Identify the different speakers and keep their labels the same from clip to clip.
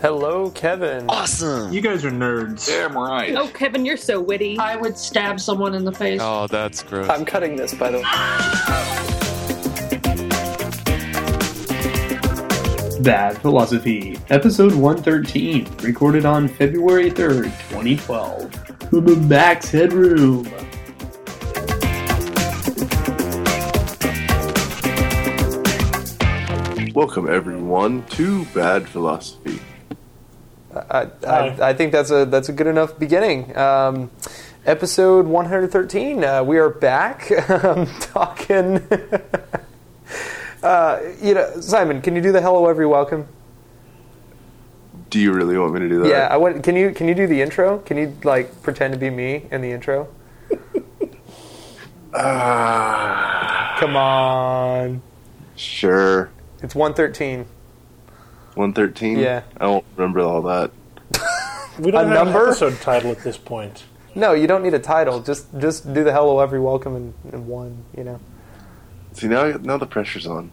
Speaker 1: Hello, Kevin.
Speaker 2: Awesome.
Speaker 3: You guys are nerds.
Speaker 2: Damn right.
Speaker 4: Oh, Kevin, you're so witty.
Speaker 5: I would stab someone in the face.
Speaker 6: Oh, that's gross.
Speaker 1: I'm cutting this, by the way.
Speaker 7: Bad Philosophy, episode 113, recorded on February 3rd, 2012. Max Headroom.
Speaker 8: Welcome, everyone, to Bad Philosophy.
Speaker 1: I, I, I think that's a that's a good enough beginning. Um, episode 113. Uh, we are back um, talking. uh, you know, Simon, can you do the hello every welcome?
Speaker 8: Do you really want me to do that?
Speaker 1: Yeah, I want. Can you can you do the intro? Can you like pretend to be me in the intro? Come on,
Speaker 8: Sure.
Speaker 1: it's 113.
Speaker 8: 113?
Speaker 1: Yeah.
Speaker 8: I don't remember all that.
Speaker 3: We don't
Speaker 1: A
Speaker 3: have
Speaker 1: number?
Speaker 3: an episode title at this point.
Speaker 1: No, you don't need a title. Just just do the hello every welcome in, in one. You know.
Speaker 8: See, now, now the pressure's on.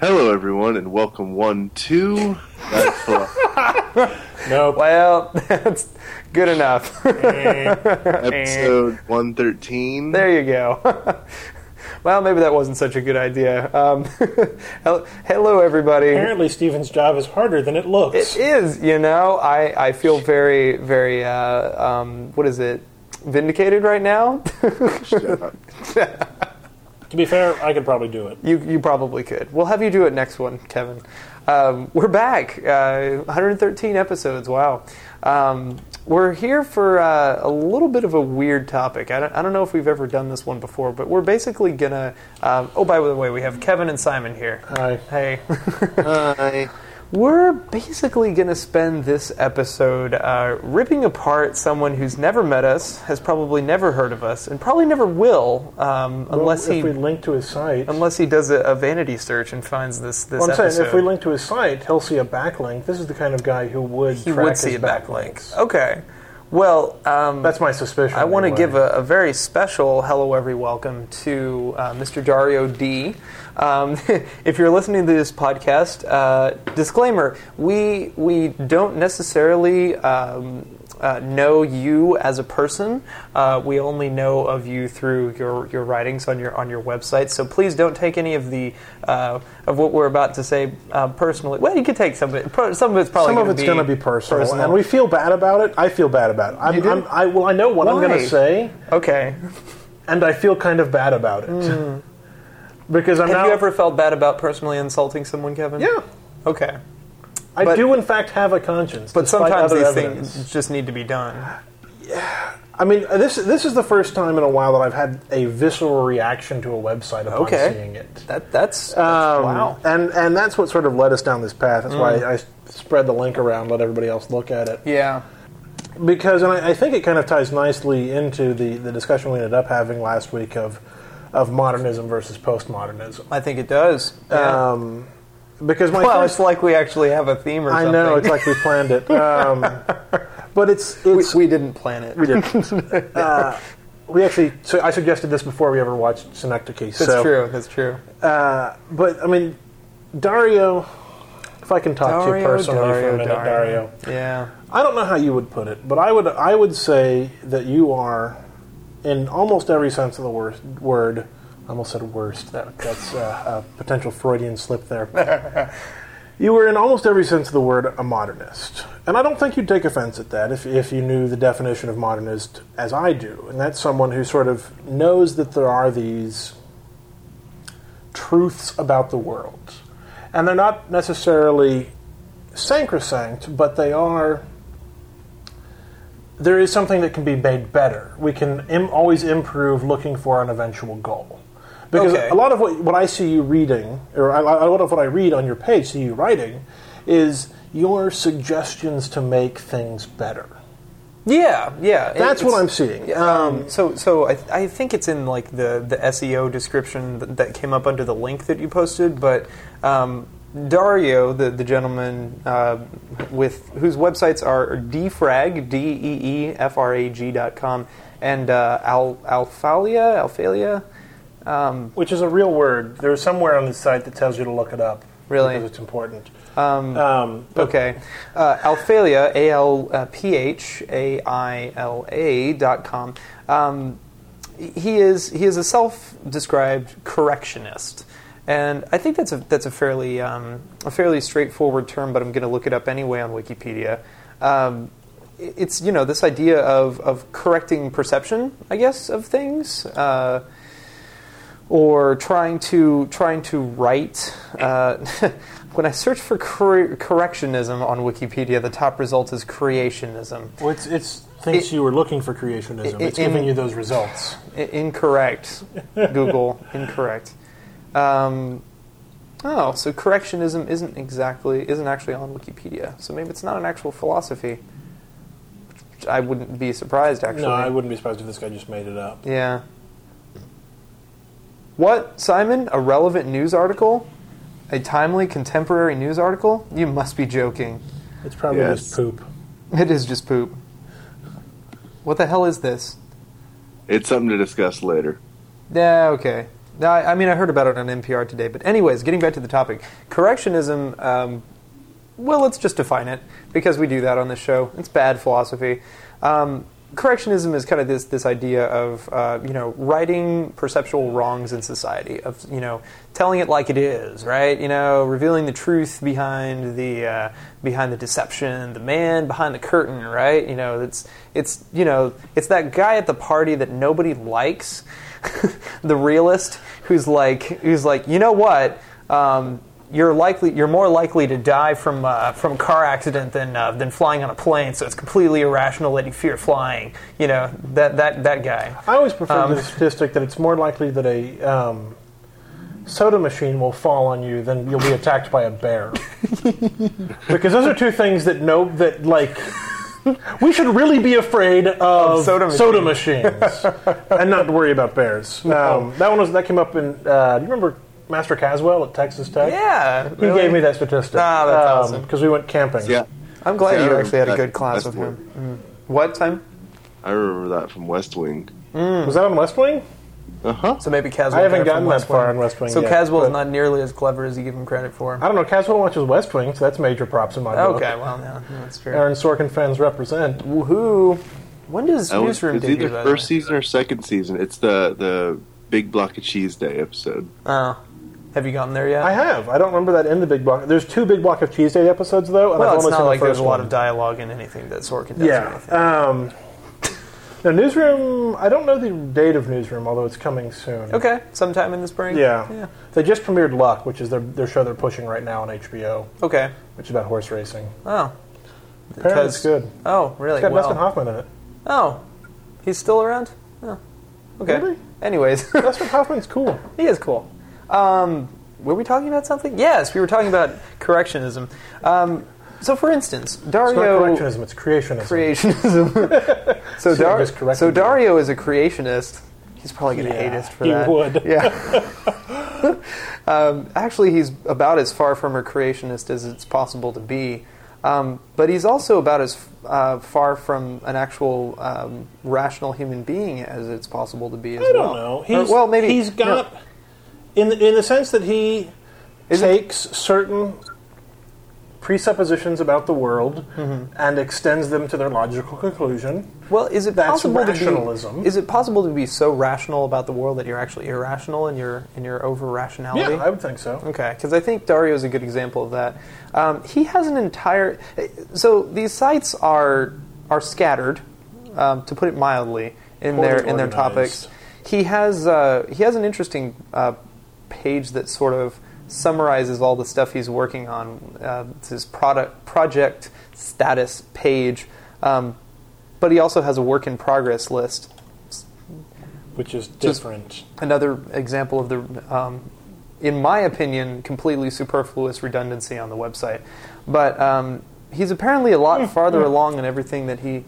Speaker 8: Hello, everyone, and welcome one to Bad Philosophy,
Speaker 3: Nope.
Speaker 1: Well, that's good enough.
Speaker 8: episode 113.
Speaker 1: There you go. well, maybe that wasn't such a good idea. Um, hel- hello, everybody. It
Speaker 3: Apparently, Steven's job is harder than it looks.
Speaker 1: is, you know, I, I feel very, very, uh, um, what is it, vindicated right now?
Speaker 8: Shut up.
Speaker 3: to be fair, I could probably do it.
Speaker 1: you, you probably could. We'll have you do it next one, Kevin. Um, we're back. Uh, 113 episodes. Wow. Um, we're here for uh, a little bit of a weird topic. I don't, I don't know if we've ever done this one before, but we're basically going to. Um, oh, by the way, we have Kevin and Simon here.
Speaker 3: Hi.
Speaker 1: Hey.
Speaker 8: Hi.
Speaker 1: We're basically going to spend this episode uh, ripping apart someone who's never met us, has probably never heard of us, and probably never will, um, unless
Speaker 3: if
Speaker 1: he
Speaker 3: we link to his site.
Speaker 1: unless he does a, a vanity search and finds this this
Speaker 3: Well, I'm
Speaker 1: episode.
Speaker 3: saying if we link to his site, he'll see a backlink. This is the kind of guy who would
Speaker 1: he
Speaker 3: track
Speaker 1: would see a
Speaker 3: his
Speaker 1: backlink.
Speaker 3: backlinks.
Speaker 1: Okay. Well, um,
Speaker 3: That's my suspicion.
Speaker 1: I want to
Speaker 3: anyway.
Speaker 1: give a, a very special hello, every welcome to uh, Mr. Dario D. Um, if you're listening to this podcast, uh, disclaimer: we we don't necessarily. Um, uh, know you as a person. Uh, we only know of you through your, your writings on your on your website. So please don't take any of the uh, of what we're about to say uh, personally. Well, you could take some of it. Pro- Some of it's probably
Speaker 3: Some of it's
Speaker 1: going to
Speaker 3: be personal, and we feel bad about it. I feel bad about it. I'm,
Speaker 1: do?
Speaker 3: I'm, I well, I know what I'm going
Speaker 1: Why?
Speaker 3: to say,
Speaker 1: okay.
Speaker 3: and I feel kind of bad about it because I'm
Speaker 1: Hmm. Have
Speaker 3: now.
Speaker 1: you ever felt bad about personally insulting someone, Kevin?
Speaker 3: Yeah,
Speaker 1: Okay.
Speaker 3: I
Speaker 1: But-
Speaker 3: do in fact have a conscience.
Speaker 1: But
Speaker 3: despite
Speaker 1: sometimes
Speaker 3: other
Speaker 1: these
Speaker 3: evidence.
Speaker 1: things just need to be done.
Speaker 3: I mean, uh, this this is the first time in a while that I've had a visceral reaction to a website upon
Speaker 1: Okay.
Speaker 3: seeing it.
Speaker 1: That that's, that's
Speaker 3: Um,
Speaker 1: wow.
Speaker 3: And and that's what sort of led us down this path.
Speaker 1: Hmm.
Speaker 3: That's why I, I spread the link around, let everybody else look at it.
Speaker 1: Yeah.
Speaker 3: Because and I, I think it kind of ties nicely into the, the discussion we ended up having last week of of modernism versus postmodernism.
Speaker 1: I think it does. Yeah.
Speaker 3: Um, because my
Speaker 1: well,
Speaker 3: first,
Speaker 1: it's like we actually have a theme or
Speaker 3: I
Speaker 1: something.
Speaker 3: know it's like we planned it, um, but it's
Speaker 1: we,
Speaker 3: it's
Speaker 1: we didn't plan it.
Speaker 3: we did. uh, we actually. So I suggested this before we ever watched Synecdoche.
Speaker 1: That's
Speaker 3: so,
Speaker 1: true. That's true.
Speaker 3: Uh, but I mean, Dario. If I can talk to you
Speaker 1: Dario,
Speaker 3: personally for
Speaker 1: Dario,
Speaker 3: a minute, Dario.
Speaker 1: Dario. Yeah.
Speaker 3: I don't know how you would put it, but I would I would say that you are, in almost every sense of the worst word. I almost said worst. That, that's uh, a potential Freudian slip there. you were in almost every sense of the word a modernist, and I don't think you'd take offense at that if if you knew the definition of modernist as I do, and that's someone who sort of knows that there are these truths about the world, and they're not necessarily sacrosanct, but they are. There is something that can be made better. We can Im- always improve looking for an eventual goal. Because
Speaker 1: Okay.
Speaker 3: a lot of what, what I see you reading, or I- I- a lot of what I read on your page, see you writing, is your suggestions to make things better.
Speaker 1: Yeah. Yeah. It-
Speaker 3: That's what
Speaker 1: it's-
Speaker 3: I'm seeing. Um,
Speaker 1: Um, so, so I, I think it's in like the, the SEO description that, that came up under the link that you posted. But um, Dario, the the gentleman uh, with whose websites are defrag d e e f r a g dot com and uh, Al, Alphalia Alphalia.
Speaker 3: which is a real word. There's somewhere on the site that tells you to look it up.
Speaker 1: Really?
Speaker 3: because it's important. Um, but
Speaker 1: Okay. Uh, Alphalia, A L P H A I L A dot com. Um, he is he is a self-described correctionist, and I think that's a that's a fairly um, a fairly straightforward term. But I'm going to look it up anyway on Wikipedia. Um, i- it's you know this idea of of correcting perception, I guess, of things. Uh, or trying to trying to write. Uh, when I search for cor- correctionism on Wikipedia, the top result is creationism.
Speaker 3: Well, it's, it's thinks
Speaker 1: It-
Speaker 3: you were looking for creationism.
Speaker 1: it-
Speaker 3: it's giving
Speaker 1: in-
Speaker 3: you those results.
Speaker 1: I- incorrect. Google incorrect. Um, oh, so correctionism isn't exactly isn't actually on Wikipedia. So maybe it's not an actual philosophy. I wouldn't be surprised actually.
Speaker 3: no, I wouldn't be surprised if this guy just made it up.
Speaker 1: Yeah. What, Simon? A relevant news article? A timely contemporary news article? You must be joking.
Speaker 3: It's probably
Speaker 8: Yes.
Speaker 3: just poop.
Speaker 1: It is just poop. What the hell is this?
Speaker 8: It's something to discuss later.
Speaker 1: Yeah, okay. No, I, I mean, I heard about it on NPR today. But, anyways, getting back to the topic correctionism, um, well, let's just define it because we do that on this show. It's bad philosophy. Um, correctionism is kind of this, this idea of, uh, you know, righting perceptual wrongs in society, of, you know, telling it like it is, right? You know, revealing the truth behind the, uh, behind the deception, the man behind the curtain, right? You know, it's, it's, you know, it's that guy at the party that nobody likes. the realist who's like who's like you know what um, you're likely you're more likely to die from uh, from a car accident than uh, than flying on a plane so it's completely irrational that you fear flying you know that that that guy
Speaker 3: I always prefer
Speaker 1: Um,
Speaker 3: the statistic that it's more likely that a um, soda machine will fall on you than you'll be attacked by a bear. because those are two things that no that like we should really be afraid of,
Speaker 1: soda
Speaker 3: machines and not worry about bears. Um, that one was that came up in. Uh, do you remember Master Caswell at Texas Tech?
Speaker 1: yeah
Speaker 3: He
Speaker 1: really.
Speaker 3: gave me that statistic.
Speaker 1: Ah, that's awesome.
Speaker 3: Because we went camping.
Speaker 8: Yeah,
Speaker 1: I'm glad
Speaker 8: Yeah,
Speaker 1: you actually had a
Speaker 8: that-
Speaker 1: good class with
Speaker 8: that's
Speaker 1: him Mm. what time
Speaker 8: I remember that from West Wing.
Speaker 3: Was that on West Wing?
Speaker 8: Uh huh.
Speaker 1: so maybe Caswell
Speaker 3: I haven't
Speaker 1: got it
Speaker 3: gotten
Speaker 1: from
Speaker 3: that
Speaker 1: West
Speaker 3: far
Speaker 1: Wing.
Speaker 3: on West Wing
Speaker 1: so
Speaker 3: yet,
Speaker 1: Caswell's
Speaker 3: but-
Speaker 1: not nearly as clever as you give him credit for
Speaker 3: I don't know. Caswell watches West Wing, so that's major props in my book.
Speaker 1: okay well yeah that's true
Speaker 3: Aaron Sorkin fans represent.
Speaker 1: woohoo Uh, when does
Speaker 8: That was,
Speaker 1: newsroom
Speaker 8: it's
Speaker 1: debut
Speaker 8: either
Speaker 1: by the way?
Speaker 8: first season or second season. It's the the big block of cheese day episode.
Speaker 1: oh have you gotten there yet
Speaker 3: I have. I don't remember that in the big block. There's two big block of Tuesday episodes though, and
Speaker 1: Well,
Speaker 3: I've
Speaker 1: it's
Speaker 3: only
Speaker 1: not
Speaker 3: seen
Speaker 1: like
Speaker 3: the
Speaker 1: there's
Speaker 3: first
Speaker 1: a lot
Speaker 3: one.
Speaker 1: of dialogue in anything that Sorkin does. Or anything.
Speaker 3: Yeah. Um, now newsroom. I don't know the date of newsroom, although it's coming soon.
Speaker 1: Okay, sometime in the spring.
Speaker 3: Yeah.
Speaker 1: Yeah.
Speaker 3: They just premiered Luck, which is their their show they're pushing right now on HBO,
Speaker 1: Okay.
Speaker 3: which is about horse racing.
Speaker 1: Oh.
Speaker 3: Apparently, it's
Speaker 1: Because-
Speaker 3: good.
Speaker 1: Oh, really?
Speaker 3: It's got
Speaker 1: Well.
Speaker 3: Dustin Hoffman in it.
Speaker 1: Oh, he's still around. Oh. Okay.
Speaker 3: Really?
Speaker 1: Anyways,
Speaker 3: Dustin Hoffman's cool.
Speaker 1: he is cool. Um, were we talking about something? Yes, we were talking about correctionism. Um, so, for instance,
Speaker 3: It's not
Speaker 1: Dario.
Speaker 3: correctionism. It's creationism.
Speaker 1: creationism. so,
Speaker 3: See, I
Speaker 1: Dar-
Speaker 3: just corrected
Speaker 1: so
Speaker 3: you.
Speaker 1: Dario is a creationist. He's probably going to
Speaker 3: Yeah,
Speaker 1: hate us for
Speaker 3: he
Speaker 1: that.
Speaker 3: would.
Speaker 1: Yeah. um, actually, he's about as far from a creationist as it's possible to be. Um, but he's also about as uh, far from an actual um, rational human being as it's possible to be as well.
Speaker 3: I don't know.
Speaker 1: Or-
Speaker 3: He's,
Speaker 1: well, maybe
Speaker 3: he's
Speaker 1: no.
Speaker 3: got in the, in the sense that he
Speaker 1: Is it-
Speaker 3: takes certain presuppositions about the world
Speaker 1: Mm-hmm.
Speaker 3: and extends them to their logical conclusion.
Speaker 1: Well, is it
Speaker 3: That's
Speaker 1: possible to
Speaker 3: rationalism.
Speaker 1: be? Is it possible to be so rational about the world that you're actually irrational in your in your over rationality?
Speaker 3: Yeah, I would think so.
Speaker 1: Okay, because I think Dario is a good example of that. Um, he has an entire. So these sites are are scattered, um, to put it mildly, in their in their
Speaker 3: Poorly organized.
Speaker 1: topics. He has uh, he has an interesting uh, page that sort of summarizes all the stuff he's working on. Uh, it's his product project status page, um, but he also has a work in progress list
Speaker 3: Which is different.
Speaker 1: another example of the, um, in my opinion, completely superfluous redundancy on the website. But um, he's apparently a
Speaker 3: Hmm.
Speaker 1: lot farther along in everything that he.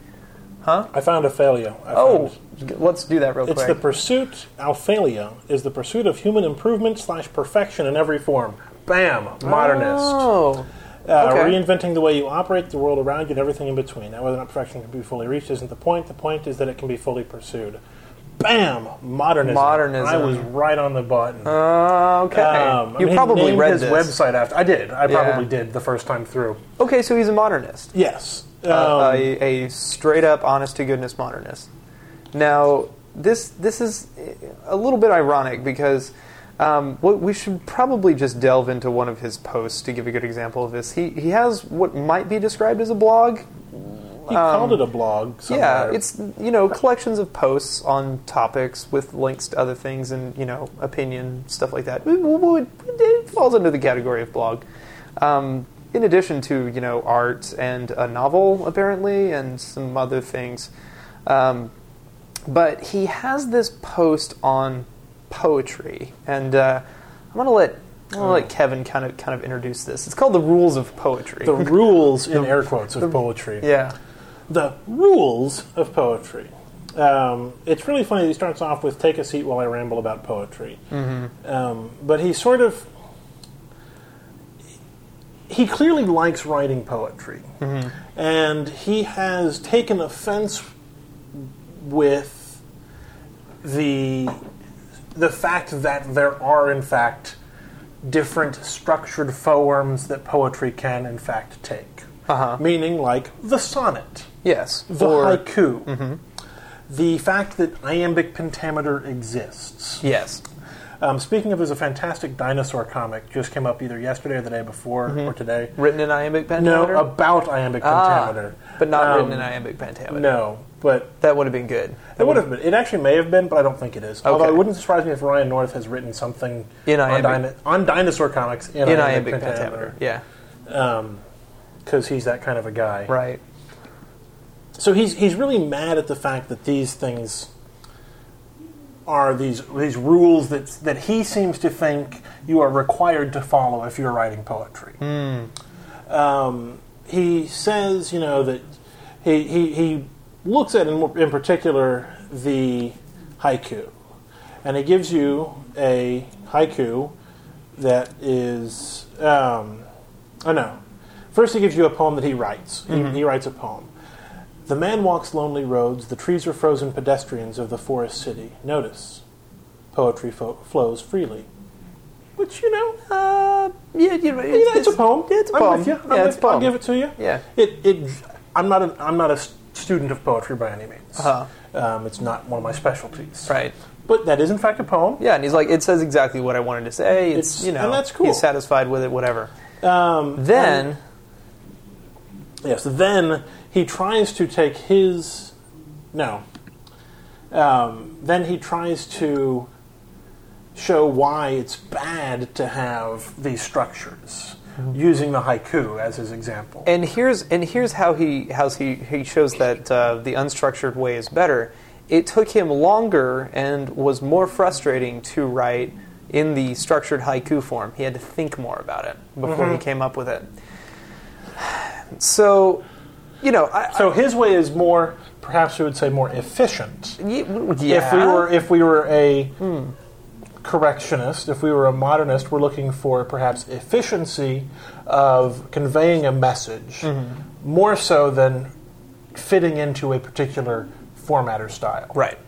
Speaker 3: I found a failure. I
Speaker 1: Oh,
Speaker 3: found-
Speaker 1: let's do that real
Speaker 3: It's the
Speaker 1: quick.
Speaker 3: pursuit, Alphalia, is the pursuit of human improvement slash perfection in every form. Bam! Modernist.
Speaker 1: oh,
Speaker 3: Uh,
Speaker 1: Okay.
Speaker 3: Reinventing the way you operate, the world around you, and everything in between. Now, whether or not perfection can be fully reached isn't the point. The point is that it can be fully pursued. bam, modernism.
Speaker 1: Modernism.
Speaker 3: I was right on the button.
Speaker 1: Uh, okay.
Speaker 3: Um, I
Speaker 1: you
Speaker 3: mean, he
Speaker 1: probably
Speaker 3: named
Speaker 1: read
Speaker 3: his
Speaker 1: this.
Speaker 3: website after. I did. I
Speaker 1: Yeah.
Speaker 3: probably did the first time through.
Speaker 1: Okay, so he's a modernist.
Speaker 3: Yes.
Speaker 1: Uh,
Speaker 3: Um,
Speaker 1: a, a straight up, honest to goodness modernist. Now, this this is a little bit ironic because um, what we should probably just delve into one of his posts to give a good example of this. He he has what might be described as a blog.
Speaker 3: he called it a blog.
Speaker 1: um, Yeah,
Speaker 3: somewhere.
Speaker 1: it's you know collections of posts on topics with links to other things and you know opinion stuff like that. It, would- it falls under the category of blog. Um, in addition to you know art and a novel apparently and some other things, um, but he has this post on poetry and uh, I'm gonna let. I'm gonna
Speaker 3: Oh.
Speaker 1: let Kevin kind of kind of introduce this. It's called the rules of poetry.
Speaker 3: the rules in air quotes of poetry.
Speaker 1: yeah,
Speaker 3: the rules of poetry. Um, it's really funny. that He starts off with "Take a seat while I ramble about poetry," um, but he sort of he clearly likes writing poetry, and he has taken offense with the the fact that there are, in fact, different structured forms that poetry can, in fact, take.
Speaker 1: Uh-huh.
Speaker 3: Meaning, like the sonnet
Speaker 1: yes.
Speaker 3: the
Speaker 1: or, Mm-hmm.
Speaker 3: haiku, the fact that iambic pentameter exists.
Speaker 1: yes.
Speaker 3: Um, speaking of, there's a fantastic dinosaur comic just came up either yesterday or the day before or today.
Speaker 1: Mm-hmm. Written in iambic
Speaker 3: No,
Speaker 1: pentameter?
Speaker 3: about iambic
Speaker 1: Ah,
Speaker 3: pentameter,
Speaker 1: but not written
Speaker 3: Um,
Speaker 1: in iambic pentameter.
Speaker 3: No, but
Speaker 1: That would have been good.
Speaker 3: it would have been. It actually may have been, but I don't think it is. Although
Speaker 1: Okay.
Speaker 3: it wouldn't surprise me if Ryan North has written something
Speaker 1: In
Speaker 3: on,
Speaker 1: iambic-
Speaker 3: dino- on dinosaur comics in,
Speaker 1: In
Speaker 3: iambic,
Speaker 1: iambic pentameter. Yeah,
Speaker 3: pentameter, because he's that kind of a guy.
Speaker 1: right.
Speaker 3: So he's he's really mad at the fact that these things are these these rules that that he seems to think you are required to follow if you're writing poetry. Um, he says, you know, that he he, he looks at in, in particular the haiku, and he gives you a haiku that is um, oh no. First, he gives you a poem that he writes. He, he writes a poem. The man walks lonely roads, the trees are frozen pedestrians of the forest city. Notice. Poetry fo- flows freely. Which, you know,
Speaker 1: Uh, yeah, you know,
Speaker 3: you know, it's, a poem.
Speaker 1: Yeah, it's a
Speaker 3: I'm
Speaker 1: poem.
Speaker 3: with you. I'm
Speaker 1: Yeah,
Speaker 3: with-
Speaker 1: it's a poem.
Speaker 3: I'll give it to you.
Speaker 1: Yeah.
Speaker 3: It, it, I'm, not a, I'm not a s- student of poetry by any means.
Speaker 1: Uh-huh.
Speaker 3: Um, it's not one of my specialties.
Speaker 1: Right.
Speaker 3: But that is, in fact, a poem.
Speaker 1: Yeah, and he's like, it says exactly what I wanted to say. It's,
Speaker 3: It's-
Speaker 1: you know,
Speaker 3: and that's cool.
Speaker 1: He's satisfied with it, whatever.
Speaker 3: Um,
Speaker 1: Then,
Speaker 3: Yes. Then he tries to take his. No. Um, then he tries to show why it's bad to have these structures, using the haiku as his example.
Speaker 1: and here's and here's how he how he he shows that uh, the unstructured way is better. It took him longer and was more frustrating to write in the structured haiku form. He had to think more about it before he
Speaker 3: Mm-hmm.
Speaker 1: came up with it. So, you know, I,
Speaker 3: so his way is more, perhaps we would say, more efficient.
Speaker 1: I- ye- yeah. Hmm.
Speaker 3: If we were, if we were a correctionist, if we were a modernist, we're looking for perhaps efficiency of conveying a message
Speaker 1: Mm-hmm.
Speaker 3: more so than fitting into a particular format or style.
Speaker 1: Right.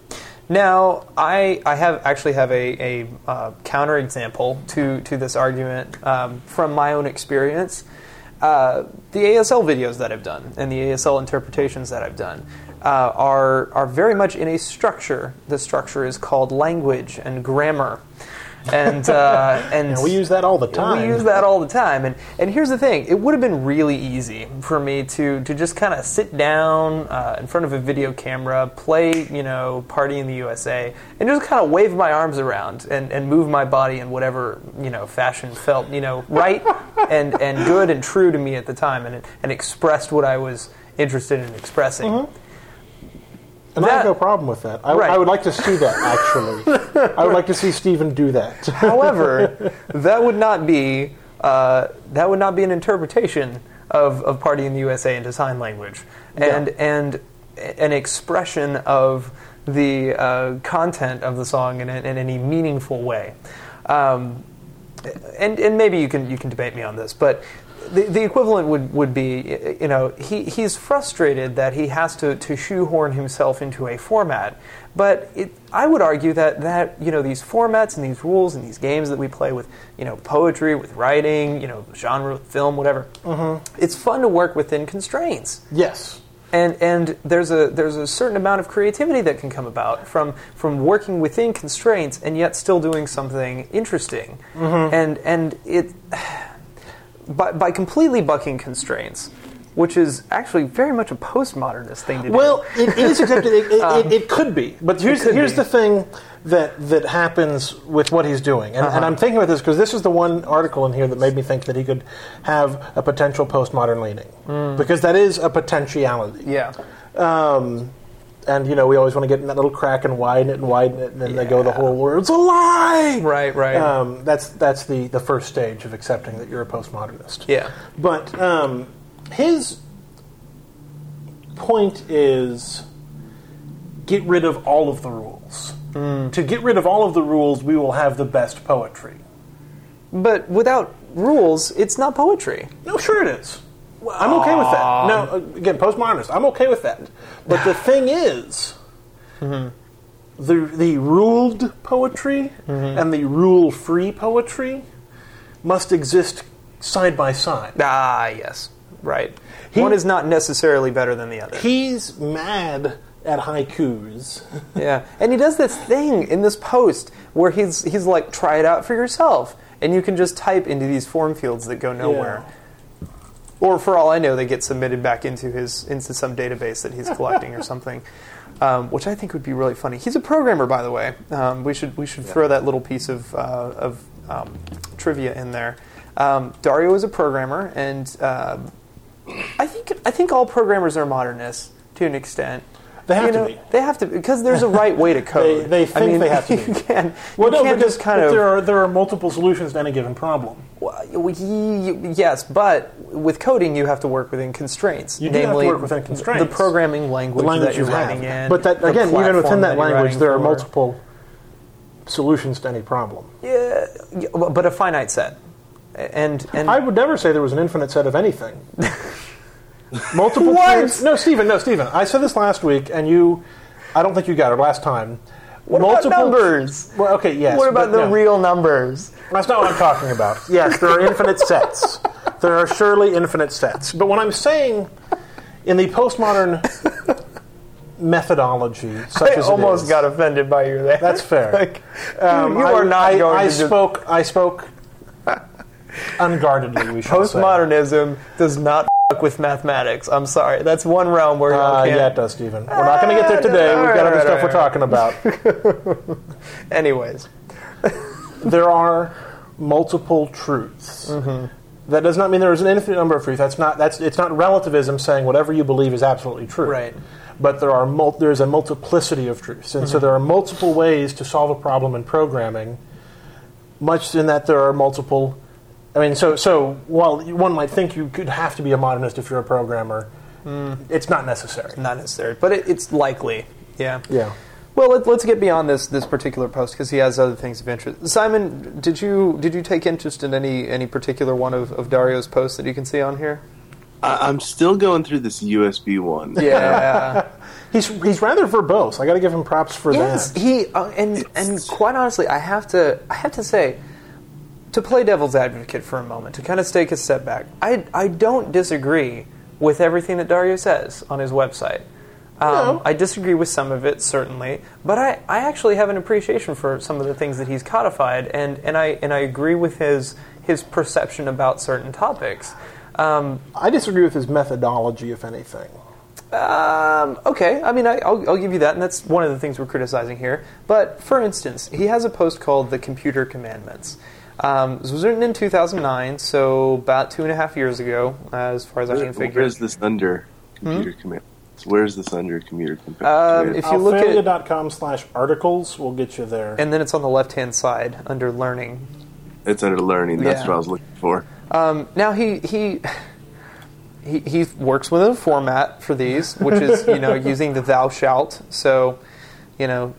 Speaker 1: Now, I, I have actually have a, a uh, counterexample to, to this argument um, from my own experience. Uh, the ASL videos that I've done and the ASL interpretations that I've done uh, are, are very much in a structure. The structure is called language and grammar. And, uh, and
Speaker 3: And we use that all the time.
Speaker 1: we use that all the time. And and here's the thing: it would have been really easy for me to to just kind of sit down uh, in front of a video camera, play you know Party in the USA, and just kind of wave my arms around and, and move my body in whatever you know fashion felt you know right and and good and true to me at the time, and and expressed what I was interested in expressing.
Speaker 3: and I have
Speaker 1: that-
Speaker 3: no problem with that. I,
Speaker 1: Right.
Speaker 3: I would like to see that, actually. I would like to see Stephen do that.
Speaker 1: However, that would not be uh, that would not be an interpretation of, of Party in the USA into sign language, and and an expression of the uh, content of the song in, in any meaningful way. Um, and and maybe you can you can debate me on this, but the, the equivalent would, would be, y- you know, he, he's frustrated that he has to, to shoehorn himself into a format. But it, I would argue that, that, you know, these formats and these rules and these games that we play with, you know, poetry, with writing, you know, genre, film, whatever, it's fun to work within constraints
Speaker 3: Yes.
Speaker 1: and and there's a there's a certain amount of creativity that can come about from from working within constraints and yet still doing something interesting and and it by, by completely bucking constraints which is actually very much a postmodernist thing to do
Speaker 3: Well, it is accepted. It, it, it, it could be, but here's
Speaker 1: Um, could
Speaker 3: here's
Speaker 1: be.
Speaker 3: the thing that that happens with what he's doing, and,
Speaker 1: Uh-huh.
Speaker 3: and I'm thinking about this because this is the one article in here that made me think that he could have a potential postmodern leaning,
Speaker 1: Hmm.
Speaker 3: because that is a potentiality.
Speaker 1: yeah
Speaker 3: Um, and you know, we always want to get in that little crack and widen it and widen it, and then they go the
Speaker 1: Yeah.
Speaker 3: whole world's a lie.
Speaker 1: Right, right.
Speaker 3: Um, that's that's the the first stage of accepting that you're a postmodernist.
Speaker 1: Yeah.
Speaker 3: But um, his point is get rid of all of the rules. To get rid of all of the rules, we will have the best poetry.
Speaker 1: but without rules it's not poetry
Speaker 3: No, sure it is. I'm okay with that. No, again, postmodernist. I'm okay with that. But the thing is, the the ruled poetry and the rule free poetry must exist side by side.
Speaker 1: ah yes right one is not necessarily better than the other
Speaker 3: He's mad at haikus.
Speaker 1: Yeah, and he does this thing in this post where he's he's like, try it out for yourself, and you can just type into these form fields that go nowhere. Or for all I know, they get submitted back into his into some database that he's collecting or something, um, which I think would be really funny. He's a programmer, by the way. Um, we should we should throw that little piece of uh, of um, trivia in there. Um, Dario is a programmer, and uh, I think I think all programmers are modernists to an extent.
Speaker 3: They have
Speaker 1: You
Speaker 3: to
Speaker 1: know,
Speaker 3: be.
Speaker 1: They have to because there's a right way to code.
Speaker 3: they think they have to
Speaker 1: You
Speaker 3: be.
Speaker 1: can, you can't
Speaker 3: but
Speaker 1: just kind
Speaker 3: but
Speaker 1: of.
Speaker 3: there are there are multiple solutions to any given problem.
Speaker 1: Well, y- y- yes, but with coding, you have to work within constraints.
Speaker 3: You do have to
Speaker 1: namely,
Speaker 3: work within
Speaker 1: th-
Speaker 3: constraints.
Speaker 1: The programming
Speaker 3: The
Speaker 1: language,
Speaker 3: language
Speaker 1: that you're
Speaker 3: you have.
Speaker 1: writing in.
Speaker 3: but that
Speaker 1: the
Speaker 3: again, even within
Speaker 1: platform
Speaker 3: that
Speaker 1: you're
Speaker 3: language,
Speaker 1: writing
Speaker 3: there are
Speaker 1: for.
Speaker 3: multiple solutions to any problem.
Speaker 1: Yeah, yeah, but a finite set. And and
Speaker 3: I would never say there was an infinite set of anything. Multiple
Speaker 1: What?
Speaker 3: tiers- No, Stephen. No, Stephen. I said this last week, and you. I don't think you got it last time.
Speaker 1: what about numbers?
Speaker 3: Well, okay, yes.
Speaker 1: what about
Speaker 3: but
Speaker 1: the
Speaker 3: no.
Speaker 1: real numbers?
Speaker 3: That's not what I'm talking about. Yes, there are infinite sets. There are surely infinite sets. But what I'm saying in the postmodern methodology, such
Speaker 1: I
Speaker 3: as it
Speaker 1: almost
Speaker 3: is-
Speaker 1: got offended by you there.
Speaker 3: That's fair.
Speaker 1: Like,
Speaker 3: Um,
Speaker 1: you you
Speaker 3: I-
Speaker 1: are not
Speaker 3: I,
Speaker 1: going
Speaker 3: I
Speaker 1: to just-
Speaker 3: spoke. I spoke unguardedly. We should say.
Speaker 1: Postmodernism does not fuck with mathematics. I'm sorry. That's one realm where
Speaker 3: Uh,
Speaker 1: you can't.
Speaker 3: yeah, Uh, it does, Stephen. We're not going to get there today. We've got other stuff we're talking about.
Speaker 1: Anyways,
Speaker 3: there are multiple truths.
Speaker 1: Mm-hmm.
Speaker 3: That does not mean there is an infinite number of truths. That's not. That's it's not relativism saying whatever you believe is absolutely true.
Speaker 1: Right.
Speaker 3: But there are mul- there is a multiplicity of truths, and so
Speaker 1: Mm-hmm.
Speaker 3: there are multiple ways to solve a problem in programming. Much in that there are multiple. I mean, so so while you- one might think you could have to be a modernist if you're a programmer,
Speaker 1: Mm.
Speaker 3: it's not necessary.
Speaker 1: not necessary, but it, it's likely. Yeah.
Speaker 3: Yeah.
Speaker 1: Well, let, let's get beyond this this particular post because he has other things of interest. Simon, did you did you take interest in any any particular one of, of Dario's posts that you can see on here?
Speaker 8: I, I'm still going through this USB one.
Speaker 1: Yeah.
Speaker 3: He's he's rather verbose. I got to give him props for
Speaker 1: yes.
Speaker 3: that.
Speaker 1: He uh, and and quite honestly, I have to I have to say. to play devil's advocate for a moment, to kind of take a step back, I, I don't disagree with everything that Dario says on his website. Um, I disagree with some of it, certainly, but I, I actually have an appreciation for some of the things that he's codified, and, and, I, and I agree with his, his perception about certain topics. Um,
Speaker 3: I disagree with his methodology, if anything.
Speaker 1: um, okay, I mean, I, I'll, I'll give you that, and that's one of the things we're criticizing here. But for instance, he has a post called "The Computer Commandments." Um, this was written in 2009, so about two and a half years ago, uh, as far as I can
Speaker 8: Where-
Speaker 1: figure. Hmm?
Speaker 8: Where's this under computer command? Where's this under computer command?
Speaker 1: Um, if you look at,
Speaker 3: Alphalia.com slash articles will get you there.
Speaker 1: and then it's on the left-hand side under learning.
Speaker 8: it's under learning. That's
Speaker 1: yeah.
Speaker 8: what I was looking for.
Speaker 1: Now he he. He, he works with a format for these, which is you know using the thou shalt. So, you know,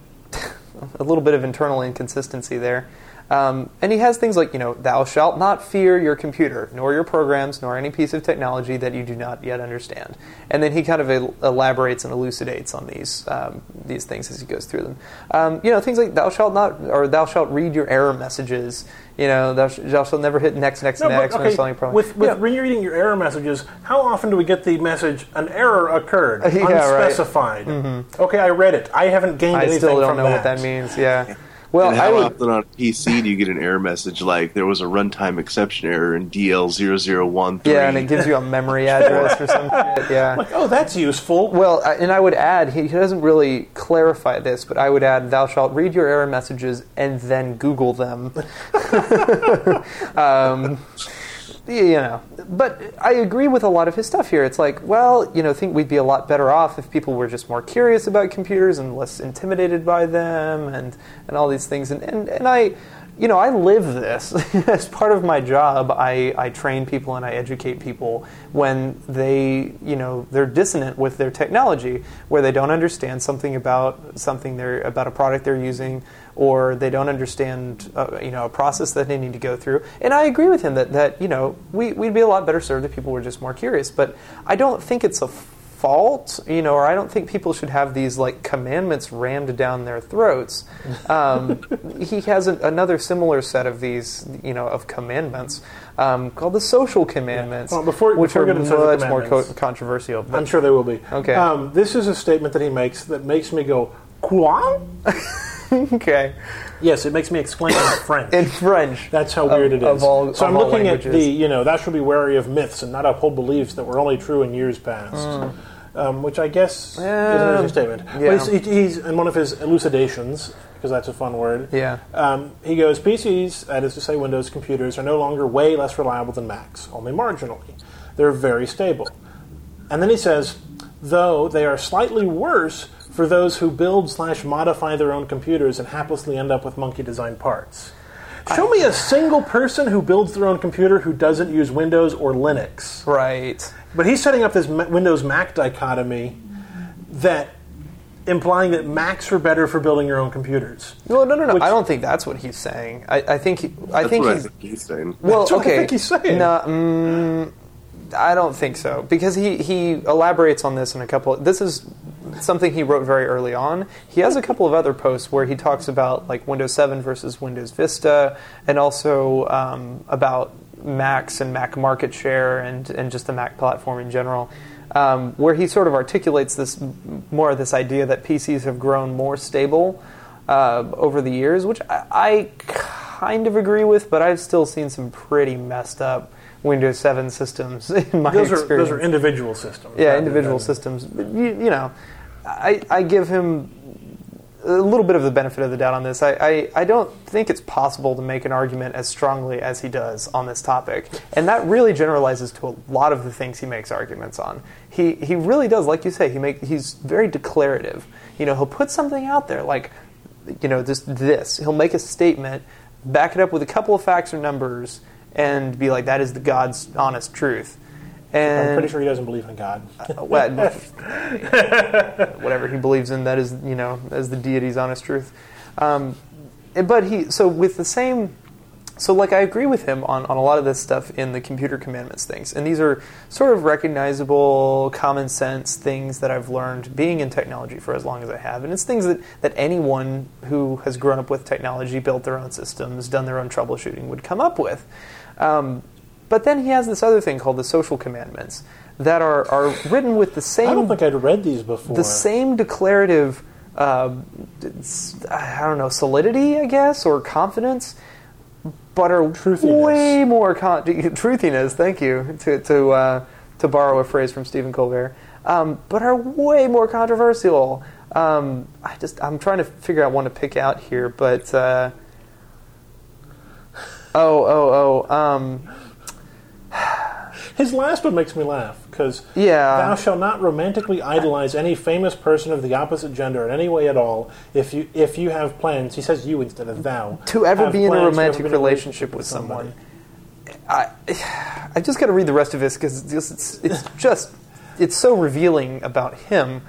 Speaker 1: a little bit of internal inconsistency there. Um, and he has things like, you know, thou shalt not fear your computer, nor your programs, nor any piece of technology that you do not yet understand. And then he kind of el- elaborates and elucidates on these um, these things as he goes through them. Um, you know, things like thou shalt not, or thou shalt read your error messages. You know, thou, sh- thou shalt never hit next, next,
Speaker 3: No, but,
Speaker 1: next when
Speaker 3: okay,
Speaker 1: solving a problem.
Speaker 3: with with
Speaker 1: Yeah.
Speaker 3: rereading your error messages, how often do we get the message "an error occurred,
Speaker 1: yeah, right. Mm-hmm.
Speaker 3: unspecified"? Okay, I read it. I haven't gained
Speaker 1: I
Speaker 3: anything
Speaker 1: still don't
Speaker 3: from
Speaker 1: know what that means. Yeah. Well,
Speaker 8: And
Speaker 1: I
Speaker 8: how
Speaker 1: would.
Speaker 8: often on PC do you get an error message like there was a runtime exception error in DL0013?
Speaker 1: Yeah, and it gives you a memory address or some shit. Yeah.
Speaker 3: Like, oh, that's useful.
Speaker 1: Well, I- and I would add, he he doesn't really clarify this, but I would add, thou shalt read your error messages and then Google them. um, you know, but I agree with a lot of his stuff here. It's like, well, you know, I think we'd be a lot better off if people were just more curious about computers and less intimidated by them and, and all these things. And, and, and I, you know, I live this as part of my job. I, I train people and I educate people when they, you know, they're dissonant with their technology, where they don't understand something about something they're about a product they're using, or they don't understand, uh, you know, a process that they need to go through. And I agree with him that that you know we we'd be a lot better served if people were just more curious. But I don't think it's a fault, you know, or I don't think people should have these like commandments rammed down their throats. Um, he has an, another similar set of these, you know, of commandments um, called the social commandments,
Speaker 3: Well, before-
Speaker 1: which
Speaker 3: before we
Speaker 1: are
Speaker 3: get into the
Speaker 1: much more co-
Speaker 3: commandments-
Speaker 1: controversial. But
Speaker 3: I'm sure they will be.
Speaker 1: Okay.
Speaker 3: Um, this is a statement that he makes that makes me go, "Quoi?"
Speaker 1: okay,
Speaker 3: Yes, it makes me exclaim in French.
Speaker 1: in French,
Speaker 3: That's how weird it is.
Speaker 1: Of all,
Speaker 3: so
Speaker 1: of
Speaker 3: I'm
Speaker 1: all
Speaker 3: looking
Speaker 1: languages.
Speaker 3: at the, you know, thou should be wary of myths and not uphold beliefs that were only true in years past. Um, which I guess is an
Speaker 1: Um,
Speaker 3: interesting statement.
Speaker 1: Hmm. yeah.
Speaker 3: But he's, he's in one of his elucidations, because that's a fun word.
Speaker 1: Yeah.
Speaker 3: Um, he goes, PCs, that is to say Windows computers, are no longer way less reliable than Macs, only marginally. They're very stable. And then he says, though they are slightly worse for those who build slash modify their own computers and haplessly end up with monkey design parts. Show me a single person who builds their own computer who doesn't use Windows or Linux.
Speaker 1: right.
Speaker 3: But he's setting up this Ma- Windows Mac dichotomy that implying that Macs are better for building your own computers.
Speaker 1: Well, no, no, no.
Speaker 3: Which-
Speaker 1: I don't think that's what he's saying. I, I think he, I
Speaker 8: That's
Speaker 1: think
Speaker 8: what I
Speaker 1: he's
Speaker 8: think he's saying.
Speaker 1: well.
Speaker 3: That's what I
Speaker 1: okay,
Speaker 3: think he's saying.
Speaker 1: No, mm, I don't think so because he he elaborates on this in a couple. This is something he wrote very early on. He has a couple of other posts where he talks about like Windows 7 versus Windows Vista, and also um, about Macs and Mac market share and and just the Mac platform in general. Um, where he sort of articulates this more of this idea that PCs have grown more stable uh, over the years, which I, I kind of agree with, but I've still seen some pretty messed up Windows 7 systems in my
Speaker 3: Those are,
Speaker 1: experience.
Speaker 3: those are individual systems.
Speaker 1: yeah,
Speaker 3: rather
Speaker 1: individual
Speaker 3: than-
Speaker 1: systems. But you, you know, I, I give him a little bit of the benefit of the doubt on this. I, I, I don't think it's possible to make an argument as strongly as he does on this topic. And that really generalizes to a lot of the things he makes arguments on. He, he really does, like you say, he make, he's very declarative. You know, he'll put something out there like, you know, just this. He'll make a statement, back it up with a couple of facts or numbers, and be like, that is the God's honest truth. And
Speaker 3: I'm pretty sure he doesn't believe in God.
Speaker 1: well, whatever he believes in, that is, you know, as the deity's honest truth. Um, but he, so with the same, so like I agree with him on, on a lot of this stuff in the computer commandments things. And these are sort of recognizable, common sense things that I've learned being in technology for as long as I have. And it's things that, that anyone who has grown up with technology, built their own systems, done their own troubleshooting would come up with. Um, but then he has this other thing called the social commandments that are, are written with the same
Speaker 3: I don't think I'd read these before.
Speaker 1: the same declarative, um, it's- I don't know, solidity, I guess, or confidence, but are
Speaker 3: Truthiness.
Speaker 1: way more con- truthiness. Thank you to to uh, to borrow a phrase from Stephen Colbert, um, but are way more controversial. Um, I just I'm trying to figure out one to pick out here, but uh, oh oh oh um,
Speaker 3: His last one makes me laugh because
Speaker 1: Yeah.
Speaker 3: thou shalt not romantically idolize any famous person of the opposite gender in any way at all. If you if you have plans, he says you instead of thou.
Speaker 1: to ever
Speaker 3: Have
Speaker 1: be in a
Speaker 3: plans to ever
Speaker 1: romantic
Speaker 3: be in a
Speaker 1: relationship with someone. I, I just got to read the rest of this because it's, it's, it's just it's so revealing about him.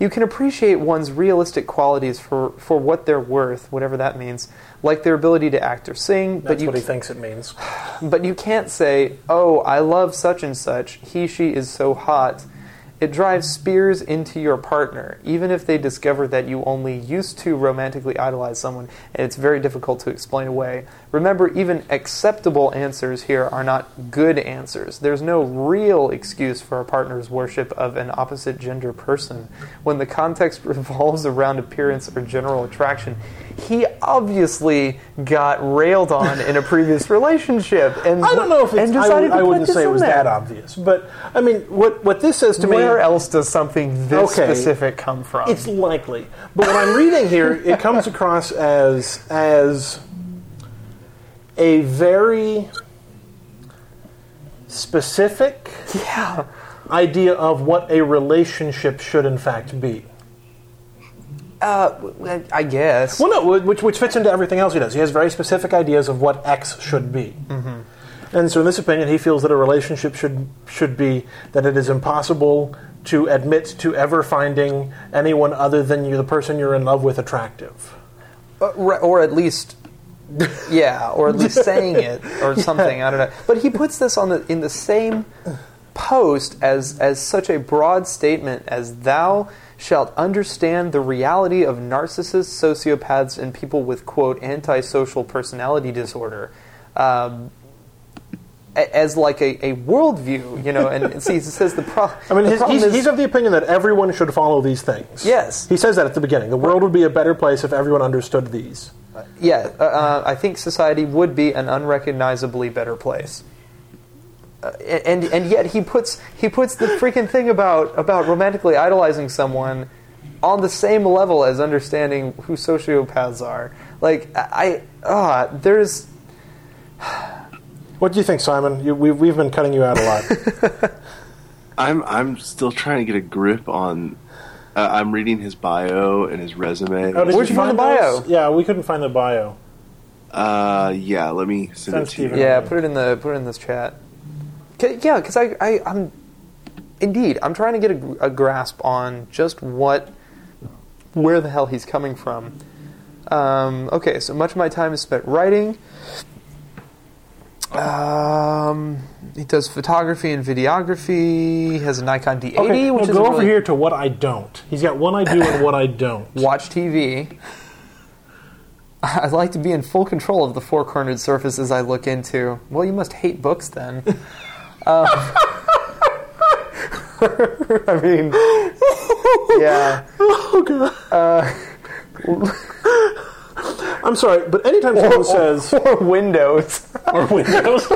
Speaker 1: You can appreciate one's realistic qualities for, for what they're worth, whatever that means, like their ability to act or sing, but
Speaker 3: That's
Speaker 1: you
Speaker 3: what he thinks it means.
Speaker 1: but you can't say, "Oh, I love such and such. He she is so hot." It drives spears into your partner, even if they discover that you only used to romantically idolize someone, and it's very difficult to explain away. Remember, even acceptable answers here are not good answers. There's no real excuse for a partner's worship of an opposite gender person when the context revolves around appearance or general attraction he obviously got railed on in a previous relationship, and
Speaker 3: I don't know if it's,
Speaker 1: and decided
Speaker 3: I, I
Speaker 1: to put
Speaker 3: wouldn't
Speaker 1: this
Speaker 3: say it
Speaker 1: in
Speaker 3: was
Speaker 1: there.
Speaker 3: that obvious, but I mean, what what this says to me,
Speaker 1: Where else does something this
Speaker 3: Okay.
Speaker 1: specific come from?
Speaker 3: it's likely. But what I'm reading here, it comes across as as a very specific
Speaker 1: yeah,
Speaker 3: idea of what a relationship should in fact be.
Speaker 1: I- I guess.
Speaker 3: Well, no, which, which fits into everything else he does. He has very specific ideas of what X should be. And so, in this opinion, he feels that a relationship should, should be that it is impossible to admit to ever finding anyone other than you, the person you're in love with attractive.
Speaker 1: Uh, ri- or at least yeah or at least saying it or something i don't know but he puts this on the in the same post as as such a broad statement as thou shalt understand the reality of narcissists sociopaths and people with quote antisocial personality disorder um, a- as like a, a worldview you know and, and see he says the, pro-
Speaker 3: I mean,
Speaker 1: the
Speaker 3: his,
Speaker 1: problem
Speaker 3: he's,
Speaker 1: is,
Speaker 3: he's of the opinion that everyone should follow these things.
Speaker 1: Yes.
Speaker 3: He says that at the beginning. The world would be a better place if everyone understood these.
Speaker 1: Yeah, uh, uh, I think society would be an unrecognizably better place. Uh, and and yet he puts he puts the freaking thing about about romantically idolizing someone on the same level as understanding who sociopaths are. Like I ah there's
Speaker 3: What do you think, Simon? You, we've, we've been cutting you out a lot.
Speaker 8: I'm I'm still trying to get a grip on. Uh, I'm reading his bio and his resume.
Speaker 3: Oh, did
Speaker 1: Where'd you find the
Speaker 3: those?
Speaker 1: bio?
Speaker 3: Yeah, we couldn't find the bio.
Speaker 8: uh, yeah, let me send it
Speaker 3: Send
Speaker 8: to you.
Speaker 3: Steven.
Speaker 1: yeah put it in the put it in this chat. 'Kay, yeah, because I, I I'm indeed I'm trying to get a, gr- a grasp on just what where the hell he's coming from. Um, okay, so much of my time is spent writing. Um, he does photography and videography. He has a Nikon D80,
Speaker 3: Okay, now
Speaker 1: which is
Speaker 3: go
Speaker 1: a
Speaker 3: over
Speaker 1: really-
Speaker 3: here to what I don't. He's got one I do and what I don't.
Speaker 1: watch TV. I like to be in full control of the four cornered surfaces I look into. Well, you must hate books then. um, I mean, yeah.
Speaker 3: I'm sorry, but anytime someone says
Speaker 1: Or windows.
Speaker 3: or windows,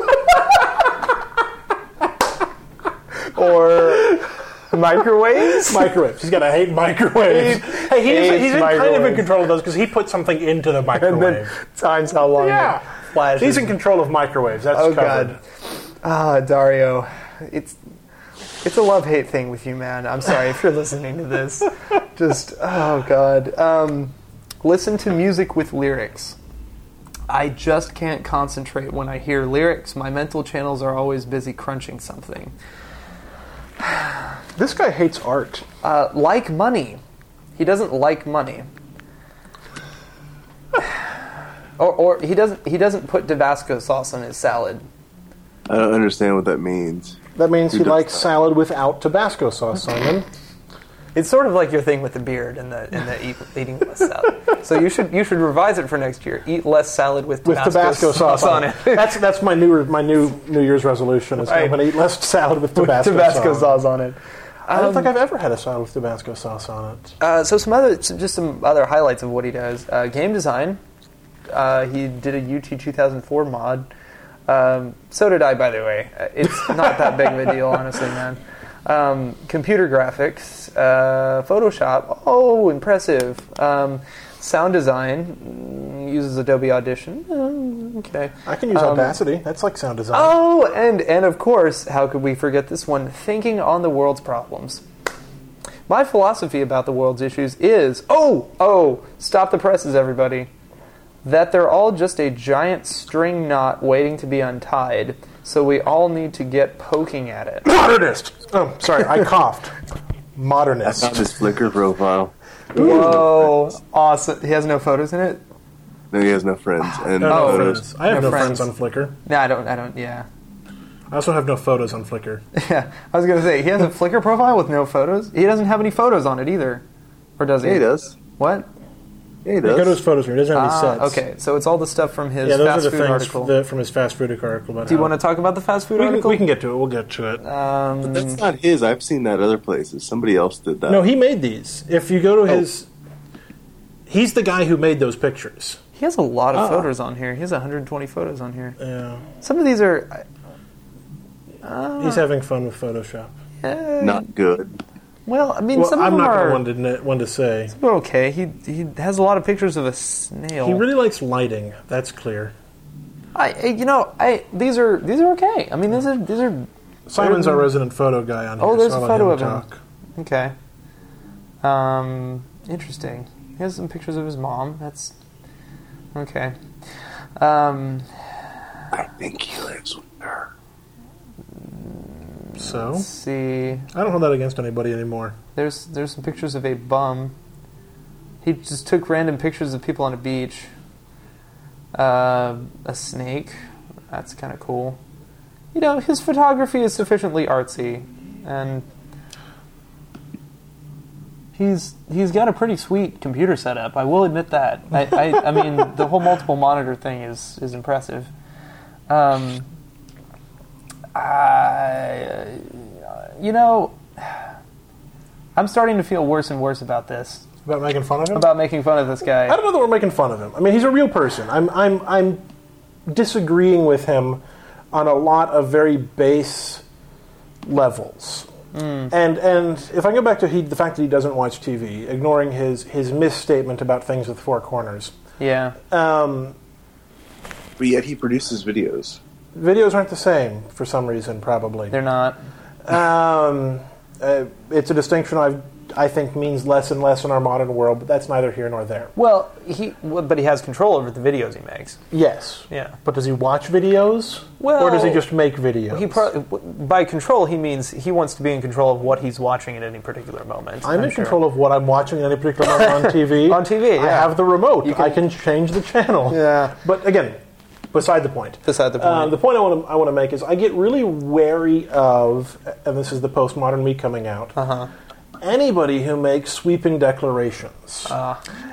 Speaker 1: Or microwaves.
Speaker 3: microwaves, he's got to hate microwaves.
Speaker 1: He
Speaker 3: hey, he's,
Speaker 1: hates
Speaker 3: he's in kind of in
Speaker 1: microwaves.
Speaker 3: control of those because he put something into the microwave.
Speaker 1: and then times how long
Speaker 3: Oh, yeah,
Speaker 1: it flashes.
Speaker 3: he's in control of microwaves. That's
Speaker 1: Oh
Speaker 3: covered.
Speaker 1: god. Ah, Dario. It's it's a love hate thing with you, man. I'm sorry if you're listening to this. Just oh god. Um, listen to music with lyrics. I just can't concentrate when I hear lyrics. My mental channels are always busy crunching something.
Speaker 3: This guy hates art.
Speaker 1: Uh, like money. He doesn't like money. Or, or he doesn't he doesn't put Tabasco sauce on his salad.
Speaker 8: I don't understand what that means.
Speaker 3: That means
Speaker 8: He
Speaker 3: he
Speaker 8: does
Speaker 3: likes
Speaker 8: that.
Speaker 3: salad without Tabasco sauce, Simon.
Speaker 1: It's sort of like your thing with the beard and the and the eat, eating less salad. So you should you should revise it for next year. Eat less salad with
Speaker 3: With
Speaker 1: Tabasco,
Speaker 3: Tabasco, sauce, on it. that's that's my new my new New Year's resolution. Is
Speaker 1: Right.
Speaker 3: I'm going to eat less salad with
Speaker 1: With
Speaker 3: Tabasco,
Speaker 1: Tabasco
Speaker 3: sauce. Um,
Speaker 1: sauce on it.
Speaker 3: I don't think I've ever had a salad with Tabasco sauce on it.
Speaker 1: Uh, so some other some, just some other highlights of what he does. Uh, game design. Uh, he did a UT 2004 mod. Um, so did I, by the way. Uh, It's not that big of a deal, honestly, man. Um, computer graphics, uh, Photoshop. Oh, impressive. Um, sound design mm, uses Adobe Audition. Mm, Okay.
Speaker 3: I can use Audacity. That's like sound design.
Speaker 1: Oh, and and of course, how could we forget this one? Thinking on the world's problems. My philosophy about the world's issues is oh, oh, stop the presses, everybody. That they're all just a giant string knot waiting to be untied, so we all need to get poking at it.
Speaker 3: modernist. Oh, sorry, I coughed.
Speaker 8: I
Speaker 3: modernist.
Speaker 8: found his Flickr profile.
Speaker 1: Whoa, awesome! He has no photos in it.
Speaker 8: No, he has no friends. And uh,
Speaker 3: I have Ah, no
Speaker 1: Oh.
Speaker 8: photos.
Speaker 3: friends. I have
Speaker 1: No
Speaker 3: no,
Speaker 1: friends.
Speaker 3: friends. on Flickr.
Speaker 1: No, I don't. I don't. Yeah,
Speaker 3: I also have no photos on Flickr.
Speaker 1: yeah. I was gonna say he has a Flickr profile with no photos. He doesn't have any photos on it either, or does he?
Speaker 8: Yeah, he does.
Speaker 1: What?
Speaker 8: Yeah, he
Speaker 3: You go to his
Speaker 8: does.
Speaker 3: photos here. He doesn't have any
Speaker 1: Ah,
Speaker 3: sets.
Speaker 1: okay, so it's all the stuff from his
Speaker 3: Yeah, those
Speaker 1: fast
Speaker 3: are
Speaker 1: food
Speaker 3: the things
Speaker 1: article.
Speaker 3: the- from his fast food article. About
Speaker 1: Do you
Speaker 3: how-
Speaker 1: want to talk about the fast food
Speaker 3: We can,
Speaker 1: article?
Speaker 3: we can get to it. We'll get to it.
Speaker 1: Um,
Speaker 8: That's not his. I've seen that other places. Somebody else did that.
Speaker 3: no, he made these. If you go to his, he's the guy who made those pictures.
Speaker 1: he has a lot of
Speaker 8: Ah.
Speaker 1: photos on here. He has 120 photos on here.
Speaker 3: Yeah,
Speaker 1: Some of these are Ah.
Speaker 3: he's having fun with Photoshop.
Speaker 1: uh,
Speaker 8: Not good.
Speaker 1: Well, I mean,
Speaker 3: Well,
Speaker 1: some of
Speaker 3: I'm
Speaker 1: them
Speaker 3: not
Speaker 1: are
Speaker 3: going to one to one to say.
Speaker 1: they're okay. He he has a lot of pictures of a snail.
Speaker 3: He really likes lighting. That's clear.
Speaker 1: I I- you know I these are these are okay. I mean these are these are There's-
Speaker 3: Simon's our resident photo guy on here.
Speaker 1: Oh, there's
Speaker 3: so
Speaker 1: a
Speaker 3: I'll let
Speaker 1: photo
Speaker 3: him
Speaker 1: of him.
Speaker 3: talk.
Speaker 1: okay. Um, interesting. He has some pictures of his mom. That's okay. Um,
Speaker 8: I think he lives with her.
Speaker 3: So
Speaker 1: let's see.
Speaker 3: I don't hold that against anybody anymore.
Speaker 1: There's there's some pictures of a bum. He just took random pictures of people on a beach. Uh, a snake. That's kind of cool. You know, his photography is sufficiently artsy, and he's he's got a pretty sweet computer setup. I will admit that. I I, I mean, the whole multiple monitor thing is is impressive. Um, I, uh, you know, I'm starting to feel worse and worse about this,
Speaker 3: About making fun of him.
Speaker 1: about making fun of this
Speaker 3: I
Speaker 1: guy.
Speaker 3: don't know that we're making fun of him. I mean, he's a real person. I'm I'm I'm disagreeing with him on a lot of very base levels.
Speaker 1: Hmm.
Speaker 3: And and if I go back to he, the fact that he doesn't watch TV, ignoring his his misstatement about things with four corners,
Speaker 1: Yeah.
Speaker 3: um,
Speaker 8: But yet he produces videos.
Speaker 3: videos aren't the same for some reason. Probably
Speaker 1: They're not.
Speaker 3: Um, uh, it's a distinction I've, I think means less and less in our modern world, but that's neither here nor there.
Speaker 1: Well, he well, but he has control over the videos he makes.
Speaker 3: Yes.
Speaker 1: Yeah.
Speaker 3: But does he watch videos?
Speaker 1: Well-
Speaker 3: or does he just make videos?
Speaker 1: He pro- by control he means he wants to be in control of what he's watching at any particular moment.
Speaker 3: I'm, in control of what I'm watching at any particular moment on TV.
Speaker 1: On TV,
Speaker 3: I
Speaker 1: yeah.
Speaker 3: have the remote. I can change the channel.
Speaker 1: Yeah.
Speaker 3: But again, beside the point.
Speaker 1: Beside the point.
Speaker 3: Um, the point I want to I want to make is I get really wary of, and this is the postmodern me coming out. Uh-huh. Anybody who makes sweeping declarations,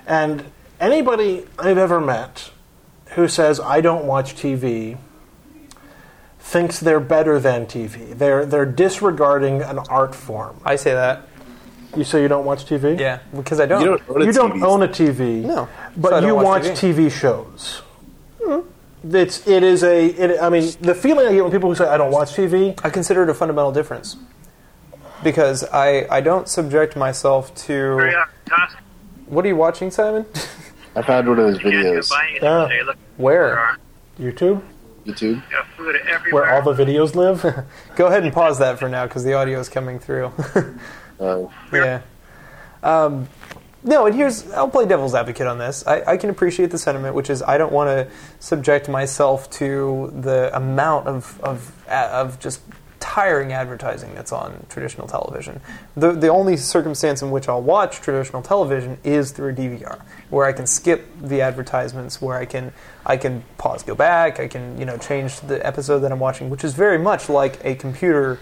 Speaker 3: and anybody I've ever met who says I don't watch TV thinks they're better than TV. They're they're disregarding an art form.
Speaker 1: I say that.
Speaker 3: You say you don't watch TV?
Speaker 1: Yeah, because I don't.
Speaker 8: You don't own a
Speaker 3: you don't
Speaker 8: TV.
Speaker 3: own a TV.
Speaker 1: No. So I
Speaker 3: but
Speaker 1: don't
Speaker 3: you
Speaker 1: watch
Speaker 3: watch,
Speaker 1: TV.
Speaker 3: TV, shows. It's it is a it, I mean the feeling I get when people who say I don't watch TV.
Speaker 1: I consider it a fundamental difference. Because I, I don't subject myself to What are you watching, Simon?
Speaker 2: I found one of those videos.
Speaker 3: Yeah.
Speaker 1: Where?
Speaker 3: YouTube,
Speaker 2: YouTube.
Speaker 3: where all the videos live.
Speaker 1: Go ahead and pause that for now because the audio is coming through.
Speaker 2: Uh,
Speaker 1: Yeah. Um, no, and here's I'll play devil's advocate on this. I, I can appreciate the sentiment, which is I don't want to subject myself to the amount of of a- of just tiring advertising that's on traditional television. The the only circumstance in which I'll watch traditional television is through a DVR, where I can skip the advertisements, where I can I can pause, go back, I can you know change the episode that I'm watching, which is very much like a computer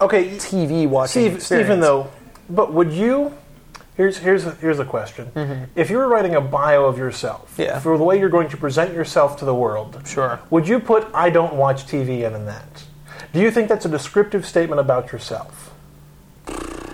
Speaker 3: okay,
Speaker 1: TV watching.
Speaker 3: Steve,
Speaker 1: experience.
Speaker 3: Stephen, though, but would you? Here's here's a, here's a question. If you were writing a bio of yourself,
Speaker 1: Mm-hmm. Yeah.
Speaker 3: for the way you're going to present yourself to the world,
Speaker 1: Sure.
Speaker 3: Would you put "I don't watch TV" in, in that? Do you think that's a descriptive statement about yourself?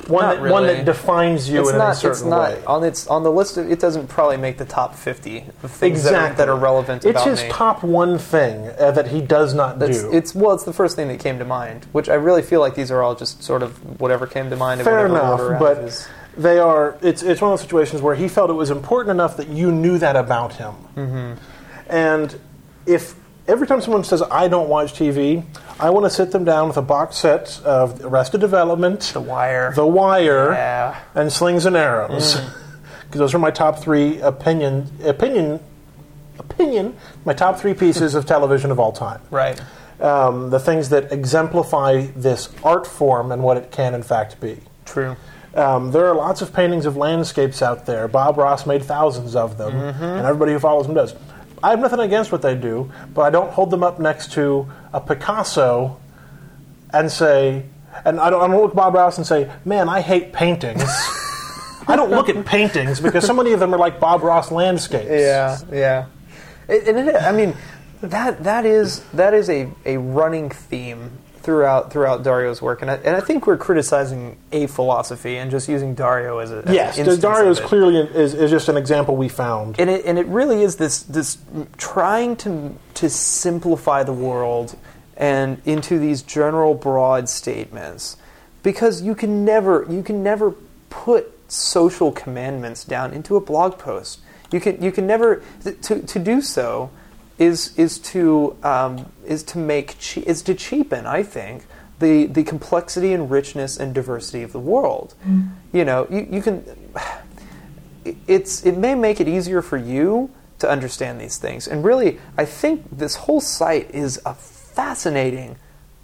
Speaker 3: One
Speaker 1: Not
Speaker 3: that one
Speaker 1: really.
Speaker 3: that defines you
Speaker 1: it's
Speaker 3: in
Speaker 1: not,
Speaker 3: a certain
Speaker 1: it's not
Speaker 3: way.
Speaker 1: on its on the list. Of, it doesn't probably make the top fifty of things that are-
Speaker 3: Exactly.
Speaker 1: that, are, relevant.
Speaker 3: It's
Speaker 1: about
Speaker 3: his
Speaker 1: me.
Speaker 3: top one thing uh, that he does not
Speaker 1: It's,
Speaker 3: do.
Speaker 1: it's well, it's the first thing that came to mind, which I really feel like these are all just sort of whatever came to mind. in
Speaker 3: Fair
Speaker 1: whatever
Speaker 3: enough,
Speaker 1: order out
Speaker 3: but
Speaker 1: of his-
Speaker 3: they are. It's it's one of those situations where he felt it was important enough that you knew that about him.
Speaker 1: Mm-hmm.
Speaker 3: And if every time someone says I don't watch TV, I want to sit them down with a box set of Arrested Development, The
Speaker 1: Wire.
Speaker 3: The Wire,
Speaker 1: Yeah. Mm.
Speaker 3: and Slings and Arrows, because those are my top three opinion opinion opinion my top three pieces of television of all time
Speaker 1: right,
Speaker 3: um, the things that exemplify this art form and what it can in fact be.
Speaker 1: True.
Speaker 3: Um, there are lots of paintings of landscapes out there. Bob Ross made thousands of them,
Speaker 1: Mm-hmm.
Speaker 3: and everybody who follows him does. I have nothing against what they do, but I don't hold them up next to a Picasso and say, and I don't, I don't look at Bob Ross and say, man, I hate paintings. I don't look at paintings because so many of them are like Bob Ross landscapes.
Speaker 1: Yeah, yeah. It, and it, I mean, that that is that is a, a running theme throughout throughout Dario's work, and I, and I think we're criticizing a philosophy and just using Dario as a as an
Speaker 3: Yes,
Speaker 1: instance
Speaker 3: Dario is
Speaker 1: of it.
Speaker 3: clearly an, is, is just an example we found.
Speaker 1: and it and it really is this this trying to to simplify the world and into these general broad statements because you can never you can never put social commandments down into a blog post you can you can never th- to to do so is is to um, is to make che- is to cheapen I think the the complexity and richness and diversity of the world you know you, you can it's it may make it easier for you to understand these things. And really, I think this whole site is a fascinating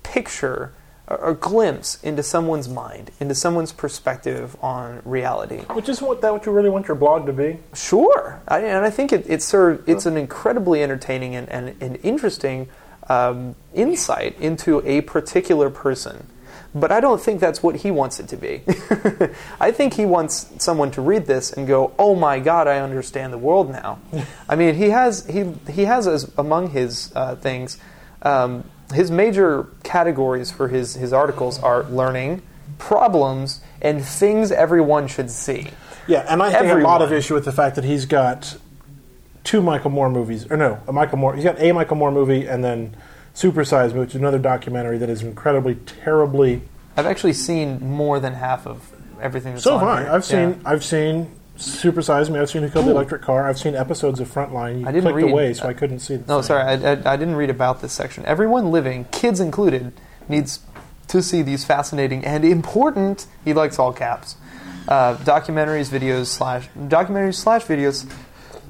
Speaker 1: picture or, or glimpse into someone's mind, into someone's perspective on reality.
Speaker 3: Which is what that what you really want your blog to be.
Speaker 1: Sure, I, and I think it, it served, it's an incredibly entertaining and, and, and interesting um, insight into a particular person. But I don't think that's what he wants it to be. I think he wants someone to read this and go, "Oh my God, I understand the world now." I mean, he has he he has as among his uh, things, um, his major categories for his his articles are learning, problems, and things everyone should see.
Speaker 3: Yeah, and I think a lot of
Speaker 1: Everyone.
Speaker 3: issue with the fact that he's got two Michael Moore movies, or no, a Michael Moore. He's got a Michael Moore movie and then Supersize Me, which is another documentary that is incredibly, terribly.
Speaker 1: I've actually seen more than half of everything that's
Speaker 3: So
Speaker 1: on
Speaker 3: have I.
Speaker 1: here.
Speaker 3: I've seen,
Speaker 1: Yeah.
Speaker 3: I've seen Supersize Me. I've seen Who Killed the Electric Car. I've seen episodes of Frontline. You
Speaker 1: I didn't
Speaker 3: clicked
Speaker 1: read-
Speaker 3: away, so I couldn't see. The
Speaker 1: No,
Speaker 3: thing.
Speaker 1: sorry, I, I, I didn't read about this section. Everyone living, kids included, needs to see these fascinating and important. He likes all caps. Uh, documentaries, videos slash documentaries slash videos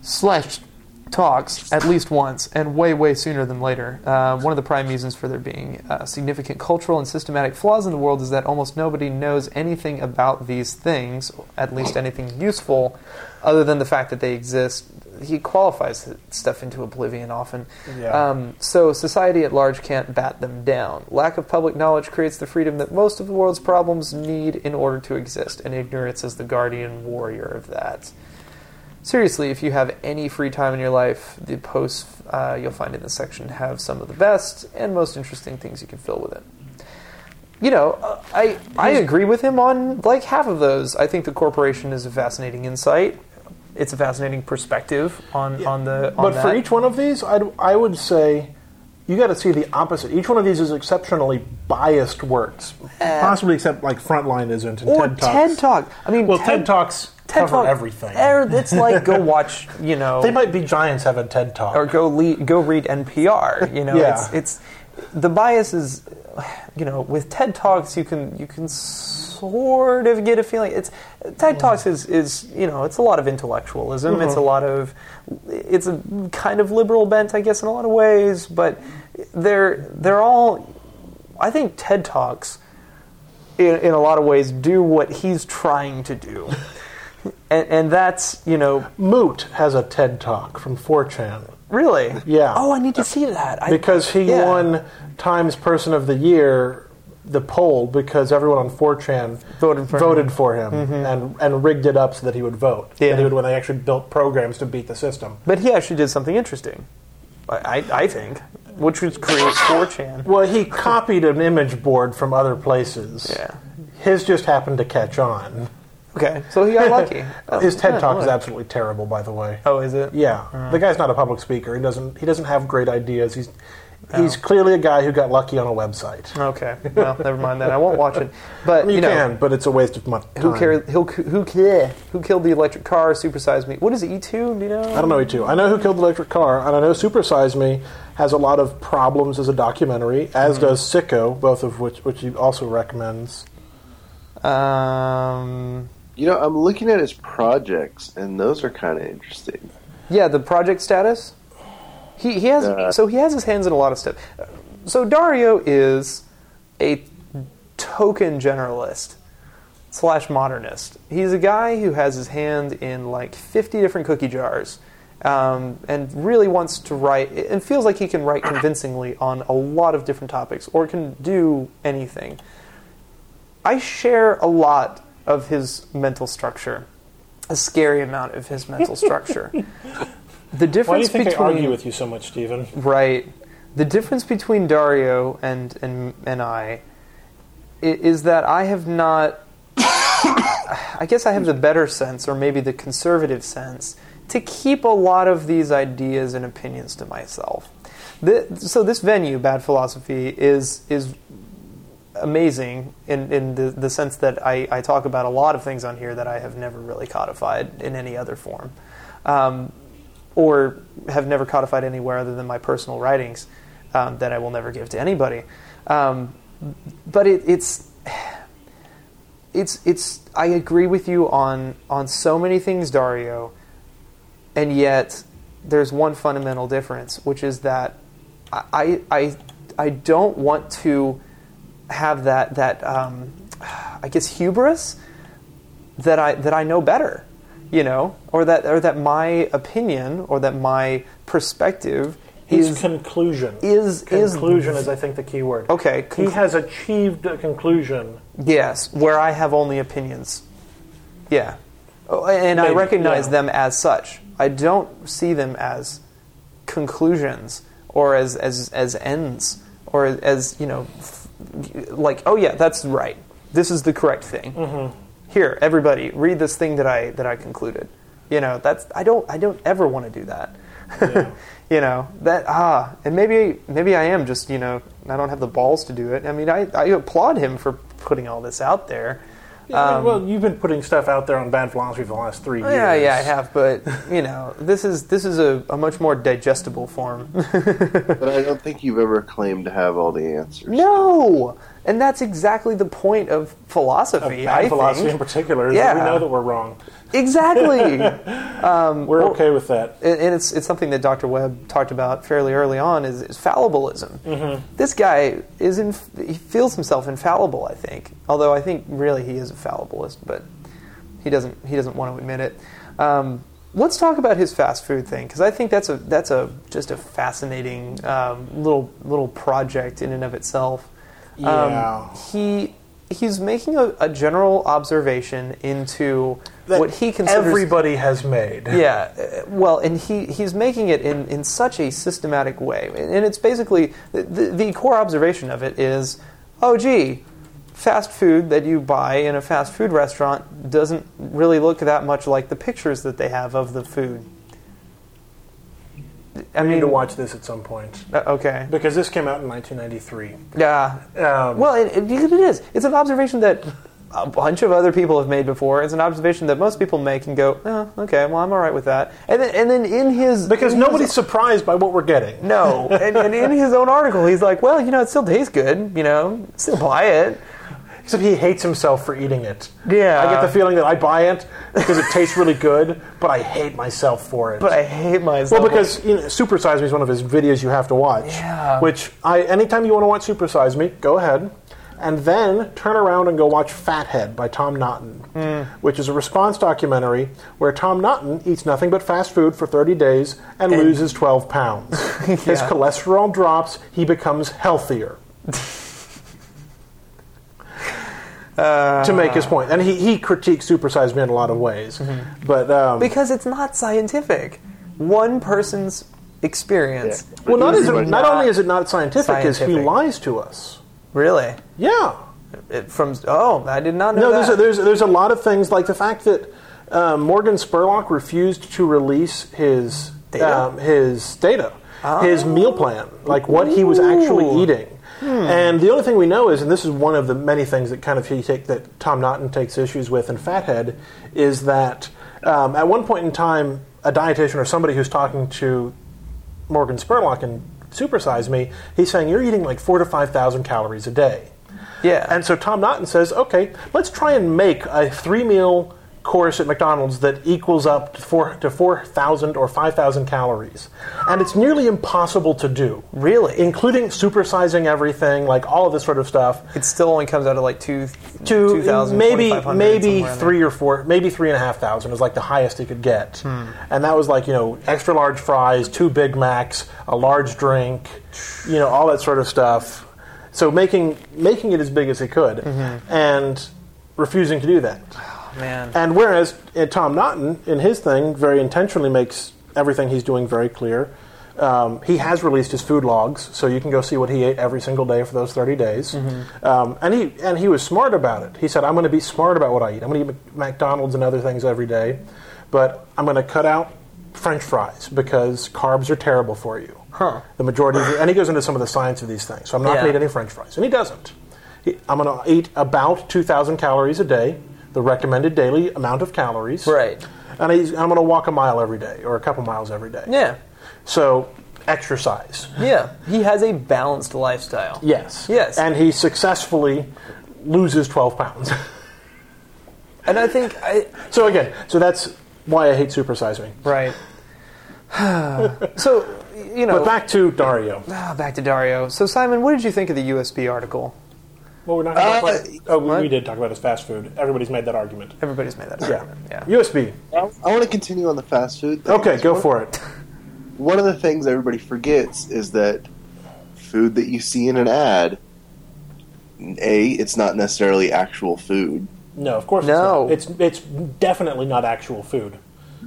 Speaker 1: slash talks at least once and way way sooner than later. Uh, one of the prime reasons for there being uh, significant cultural and systematic flaws in the world is that almost nobody knows anything about these things, at least anything useful, other than the fact that they exist. He qualifies stuff into oblivion often.
Speaker 3: Yeah.
Speaker 1: Um, so society at large can't bat them down. Lack of public knowledge creates the freedom that most of the world's problems need in order to exist, and ignorance is the guardian warrior of that seriously, if you have any free time in your life, the posts uh, you'll find in this section have some of the best and most interesting things you can fill with it. You know, uh, I I agree with him on like half of those. I think the corporation is a fascinating insight. It's a fascinating perspective on on the. On
Speaker 3: but for
Speaker 1: that.
Speaker 3: each one of these, I'd, I would say you got to see the opposite. Each one of these is exceptionally biased works, possibly except like Frontline isn't. And
Speaker 1: Uh, or
Speaker 3: TED
Speaker 1: TED,
Speaker 3: Talks.
Speaker 1: Talk. I mean,
Speaker 3: Well, TED Talks
Speaker 1: TED
Speaker 3: cover
Speaker 1: Talk-
Speaker 3: everything.
Speaker 1: er, It's like go watch, you know,
Speaker 3: They might be giants have a TED talk.
Speaker 1: or go le- go read NPR. You know,
Speaker 3: Yeah.
Speaker 1: it's it's the bias is, you know, with TED talks you can you can sort of get a feeling. It's TED talks is is you know it's a lot of intellectualism. It's a
Speaker 3: Mm-hmm.
Speaker 1: lot of it's a kind of liberal bent, I guess, in a lot of ways. But they're they're all. I think TED talks. In, in a lot of ways, do what he's trying to do, and, and that's you know
Speaker 3: Moot has a TED talk from 4chan
Speaker 1: really
Speaker 3: Yeah.
Speaker 1: Oh, I need to see that I-
Speaker 3: because he
Speaker 1: yeah.
Speaker 3: won Times Person of the Year the poll because everyone on 4chan
Speaker 1: Voted for Mm-hmm.
Speaker 3: him, and and rigged it up so that he would vote.
Speaker 1: Yeah.
Speaker 3: That he would when they actually built programs to beat the system.
Speaker 1: But he actually did something interesting, I, I, I think, which was create 4chan.
Speaker 3: Well, he copied an image board from other places.
Speaker 1: Yeah.
Speaker 3: His just happened to catch on.
Speaker 1: Okay, so he got lucky.
Speaker 3: His TED talk is
Speaker 1: look.
Speaker 3: absolutely terrible, by the way.
Speaker 1: Oh, is it?
Speaker 3: Yeah, the guy's not a public speaker. He doesn't. He doesn't have great ideas. He's he's clearly a guy who got lucky on a website.
Speaker 1: Okay. Well, never mind that. I won't watch it. But
Speaker 3: You,
Speaker 1: you, know,
Speaker 3: can, but it's a waste of money.
Speaker 1: who cares? Who who care- who killed the electric car? Supersized me. What is E two? Do you know?
Speaker 3: I don't know you two. I know who killed the electric car, and I know Supersize Me has a lot of problems as a documentary, as does Sicko, both of which which he also recommends.
Speaker 1: Um.
Speaker 2: You know, I'm looking at his projects, and those are kind of interesting.
Speaker 1: Yeah, the project status. He he has
Speaker 2: Uh.
Speaker 1: so he has his hands in a lot of stuff. So Dario is a token generalist. slash modernist. He's a guy who has his hand in like 50 different cookie jars um, and really wants to write and feels like he can write convincingly on a lot of different topics or can do anything. I share a lot of his mental structure, a scary amount of his mental structure. The difference
Speaker 3: Why do you think
Speaker 1: between
Speaker 3: I argue with you so much, Stephen?
Speaker 1: Right. The difference between Dario and and and I i- is that I have not. I guess I have the better sense, or maybe the conservative sense, to keep a lot of these ideas and opinions to myself. Th so this venue, Bad Philosophy, is is amazing in, in the, the sense that I, I talk about a lot of things on here that I have never really codified in any other form um, or have never codified anywhere other than my personal writings um, that I will never give to anybody. Um, but it, it's it's it's I agree with you on on so many things, Dario, and yet there's one fundamental difference, which is that I I I don't want to have that that um, I guess hubris that I that I know better, you know, or that or that my opinion or that my perspective
Speaker 3: His
Speaker 1: is
Speaker 3: conclusion.
Speaker 1: is is
Speaker 3: conclusion is, I think, the key word.
Speaker 1: okay.
Speaker 3: He
Speaker 1: conclu-
Speaker 3: has achieved a conclusion.
Speaker 1: Yes, where I have only opinions. Yeah. Oh, And I
Speaker 3: Maybe,
Speaker 1: recognize
Speaker 3: yeah.
Speaker 1: them as such. I don't see them as conclusions or as, as, as ends or as, you know, f- like, oh yeah, that's right. This is the correct thing.
Speaker 3: Mm-hmm.
Speaker 1: Here, everybody, read this thing that I, that I concluded. You know, that's, I don't, I don't ever want to do that. you know that ah and maybe maybe i am just you know i don't have the balls to do it i mean i, I applaud him for putting all this out there
Speaker 3: Yeah, well, Um, you've been putting stuff out there on bad philosophy for the last three years.
Speaker 1: yeah yeah i have but you know this is this is a, a much more digestible form
Speaker 2: But I don't think you've ever claimed to have all the answers.
Speaker 1: no and that's exactly the point of philosophy
Speaker 3: Bad
Speaker 1: i
Speaker 3: philosophy in
Speaker 1: think
Speaker 3: particular is that we
Speaker 1: Yeah.
Speaker 3: know that we're wrong.
Speaker 1: exactly
Speaker 3: We're okay with that.
Speaker 1: and and it's it's something that Dr. Webb talked about fairly early on is, is fallibilism.
Speaker 3: Mm-hmm.
Speaker 1: This guy is in, he feels himself infallible. I think, although I think really he is a fallibilist, but he doesn't he doesn't want to admit it. Um, let's talk about his fast food thing because I think that's a that's a just a fascinating um, little little project in and of itself. Um,
Speaker 3: Yeah.
Speaker 1: he he's making a, a general observation into what he considers
Speaker 3: everybody has made.
Speaker 1: yeah, uh, well, and he, he's making it in, in such a systematic way. And and it's basically the, the, the core observation of it is oh, gee, fast food that you buy in a fast food restaurant doesn't really look that much like the pictures that they have of the food. I
Speaker 3: I need
Speaker 1: mean,
Speaker 3: to watch this at some point
Speaker 1: uh, okay.
Speaker 3: because this came out in 1993.
Speaker 1: Yeah.
Speaker 3: Um,
Speaker 1: Well, it, it, it is. It's an observation that a bunch of other people have made before. It's an observation that most people make and go, oh, okay, well, I'm all right with that. And then, and then in his
Speaker 3: because
Speaker 1: in his-
Speaker 3: nobody's surprised by what we're getting.
Speaker 1: no, and, and in his own article, he's like, well, you know, it still tastes good. You know, still buy it.
Speaker 3: Except he hates himself for eating it.
Speaker 1: Yeah.
Speaker 3: I get the feeling that I buy it because it tastes really good, but I hate myself for it.
Speaker 1: But I hate myself.
Speaker 3: well, because you know, Super Size Me is one of his videos you have to watch.
Speaker 1: Yeah.
Speaker 3: Which I, anytime you want to watch Super Size Me, go ahead, and then turn around and go watch Fathead by Tom Naughton,
Speaker 1: Hmm.
Speaker 3: which is a response documentary where Tom Naughton eats nothing but fast food for 30 days and, loses 12 pounds. His
Speaker 1: Yeah.
Speaker 3: cholesterol drops. He becomes healthier.
Speaker 1: Uh.
Speaker 3: to make his point, and he, he critiques Super Size Me in a lot of ways,
Speaker 1: Mm-hmm.
Speaker 3: but um,
Speaker 1: because it's not scientific. One person's experience.
Speaker 3: Well, not,
Speaker 1: is
Speaker 3: is it, not
Speaker 1: not
Speaker 3: only is it not scientific, is he
Speaker 1: scientific.
Speaker 3: lies to us.
Speaker 1: Really?
Speaker 3: Yeah.
Speaker 1: It, from oh, I did not know
Speaker 3: No,
Speaker 1: that.
Speaker 3: there's a, there's there's a lot of things like the fact that um, Morgan Spurlock refused to release his
Speaker 1: Data? Oh.
Speaker 3: um, his data, his meal plan, like what he was actually
Speaker 1: Ooh. Hmm.
Speaker 3: eating. And the only thing we know is, and this is one of the many things that kind of he take that Tom Naughton takes issues with in Fathead, is that um, at one point in time, a dietitian or somebody who's talking to Morgan Spurlock and Supersize Me, he's saying you're eating like four to five thousand calories a day.
Speaker 1: yeah,
Speaker 3: And so Tom Naughton says, okay, let's try and make a three meal course at McDonald's that equals up to four to four thousand or five thousand calories, and it's nearly impossible to do.
Speaker 1: Really?
Speaker 3: including supersizing everything, like all of this sort of stuff
Speaker 1: It still only comes out at like two,
Speaker 3: to
Speaker 1: 2,000,
Speaker 3: maybe
Speaker 1: 2,500,
Speaker 3: maybe
Speaker 1: somewhere in there.
Speaker 3: three or four, maybe three and a half thousand was like the highest he could get,
Speaker 1: Hmm.
Speaker 3: and that was like you know extra large fries, two Big Macs, a large drink, you know all that sort of stuff. So making making it as big as he could,
Speaker 1: Mm-hmm.
Speaker 3: and refusing to do that.
Speaker 1: Man,
Speaker 3: And whereas uh, Tom Naughton, in his thing, very intentionally makes everything he's doing very clear. Um, he has released his food logs, so you can go see what he ate every single day for those 30 days.
Speaker 1: Mm-hmm.
Speaker 3: Um, and he and he was smart about it. He said, "I'm going to be smart about what I eat. I'm going to eat Mc- McDonald's and other things every day, but I'm going to cut out French fries because carbs are terrible for you.
Speaker 1: Huh.
Speaker 3: The majority, of the, and he goes into some of the science of these things. So I'm not
Speaker 1: Yeah.
Speaker 3: going to eat any French fries, and he doesn't. He- I'm going to eat about 2,000 calories a day, the recommended daily amount of calories.
Speaker 1: Right.
Speaker 3: And he's, I'm going to walk a mile every day or a couple miles every day.
Speaker 1: yeah,
Speaker 3: So exercise.
Speaker 1: yeah. He has a balanced lifestyle.
Speaker 3: Yes.
Speaker 1: Yes.
Speaker 3: And he successfully loses 12 pounds.
Speaker 1: and I think I
Speaker 3: so again, so that's why I hate supersize me.
Speaker 1: right. so you know,
Speaker 3: But back to Dario.
Speaker 1: ah, back to Dario. So Simon, what did you think of the USB article?
Speaker 3: Well, we're not going to
Speaker 2: Uh,
Speaker 3: talk. Oh, we,
Speaker 1: what?
Speaker 3: we did talk about his fast food. Everybody's made that argument.
Speaker 1: Everybody's made that.
Speaker 3: Yeah.
Speaker 1: argument. yeah.
Speaker 3: USB.
Speaker 2: I want to continue on the fast food. Thing.
Speaker 3: Okay,
Speaker 2: It's
Speaker 3: go
Speaker 2: one-
Speaker 3: for it.
Speaker 2: One of the things everybody forgets is that food that you see in an ad, a, it's not necessarily actual food.
Speaker 3: No, of course
Speaker 1: No.
Speaker 3: it's not. It's it's definitely not actual food.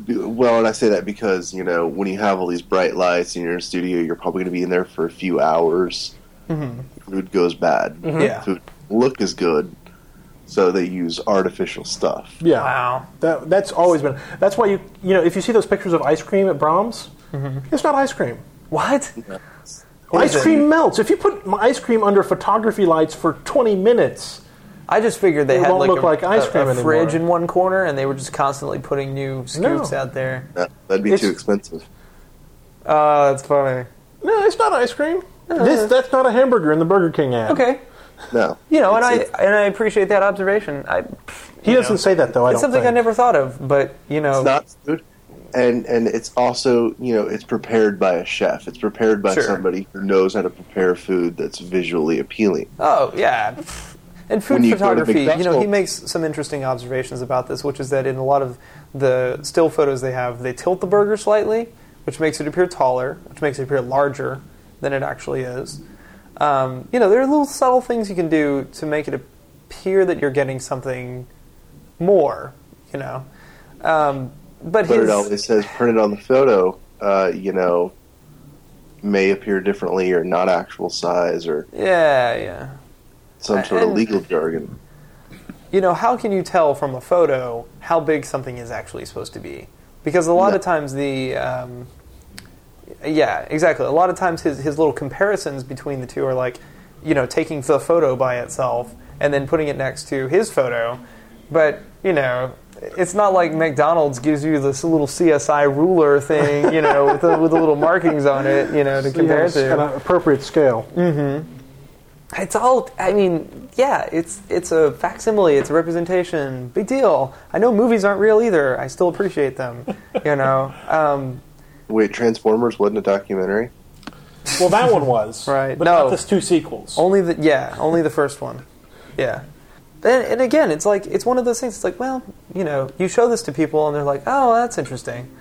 Speaker 2: Well, and I say that because you know when you have all these bright lights and you're in a studio, you're probably going to be in there for a few hours. Food goes bad.
Speaker 1: Yeah.
Speaker 2: Food look is good, so they use artificial stuff.
Speaker 3: Yeah.
Speaker 1: Wow.
Speaker 3: That, that's always been. That's why you you know if you see those pictures of ice cream at Brahms,
Speaker 1: Mm-hmm.
Speaker 3: it's not ice cream.
Speaker 1: What?
Speaker 3: ice cream melts. If you put my ice cream under photography lights for 20 minutes,
Speaker 1: I just figured they
Speaker 3: It
Speaker 1: had
Speaker 3: won't
Speaker 1: like,
Speaker 3: look
Speaker 1: a,
Speaker 3: like ice
Speaker 1: a- a,
Speaker 3: cream anymore.
Speaker 1: fridge in one corner, and they were just constantly putting new scoops out there.
Speaker 2: That, would be
Speaker 3: It's-
Speaker 2: too expensive.
Speaker 3: Ah,
Speaker 1: Oh, that's funny.
Speaker 3: no, it's not ice cream. This that's not a hamburger in the Burger King ad.
Speaker 1: Uh. Okay,
Speaker 2: No,
Speaker 1: you know, and I
Speaker 2: It's-
Speaker 1: and I appreciate that obseration. I,
Speaker 3: He doesn't say that though. I
Speaker 1: it's
Speaker 3: don't
Speaker 1: something
Speaker 3: think.
Speaker 1: I never thought of, but you know,
Speaker 2: it's not food, and and it's also you know it's prepared by a chef. It's prepared by
Speaker 1: Sure.
Speaker 2: somebody who knows how to prepare food that's visually appealing.
Speaker 1: Oh yeah. And
Speaker 2: When
Speaker 1: food
Speaker 2: you go to
Speaker 1: photography, you know, he
Speaker 2: McDonald's-
Speaker 1: makes some interesting observations about this, which is that in a lot of the still photos they have, they tilt the burger slightly, which makes it appear taller, which makes it appear larger than it actually is. Um, you know, there are little subtle things you can do to make it appear that you're getting something more. You know, um, but
Speaker 2: But
Speaker 1: his,
Speaker 2: it always says printed on the photo. Uh, you know, may appear differently or not actual size or
Speaker 1: yeah, yeah.
Speaker 2: some sort of
Speaker 1: And-
Speaker 2: legal jargon.
Speaker 1: you know, how can you tell from a photo how big something is actually supposed to be? Because a lot
Speaker 2: No.
Speaker 1: of times the, um, yeah, exactly. A lot of times his, his little comparisons between the two are like, you know, taking the photo by itself and then putting it next to his photo. But, you know, it's not like McDonald's gives you this little CSI ruler thing, you know, with the, with the little markings on it, you know, to compare it to.
Speaker 3: at an appropriate scale.
Speaker 1: It's all. I mean, yeah. It's it's a facsimile. It's a representation. Big deal. I know movies aren't real either. I still appreciate them. You know. Um,
Speaker 2: Wait, Transformers wasn't a documentary.
Speaker 3: Well, that one was
Speaker 1: Right.
Speaker 3: but
Speaker 1: No.
Speaker 3: not this two sequels.
Speaker 1: only the yeah. Only the first one. Yeah. And, and again, it's like it's one of those things. It's like, well, you know, you show this to people and they're like, oh, that's interesting.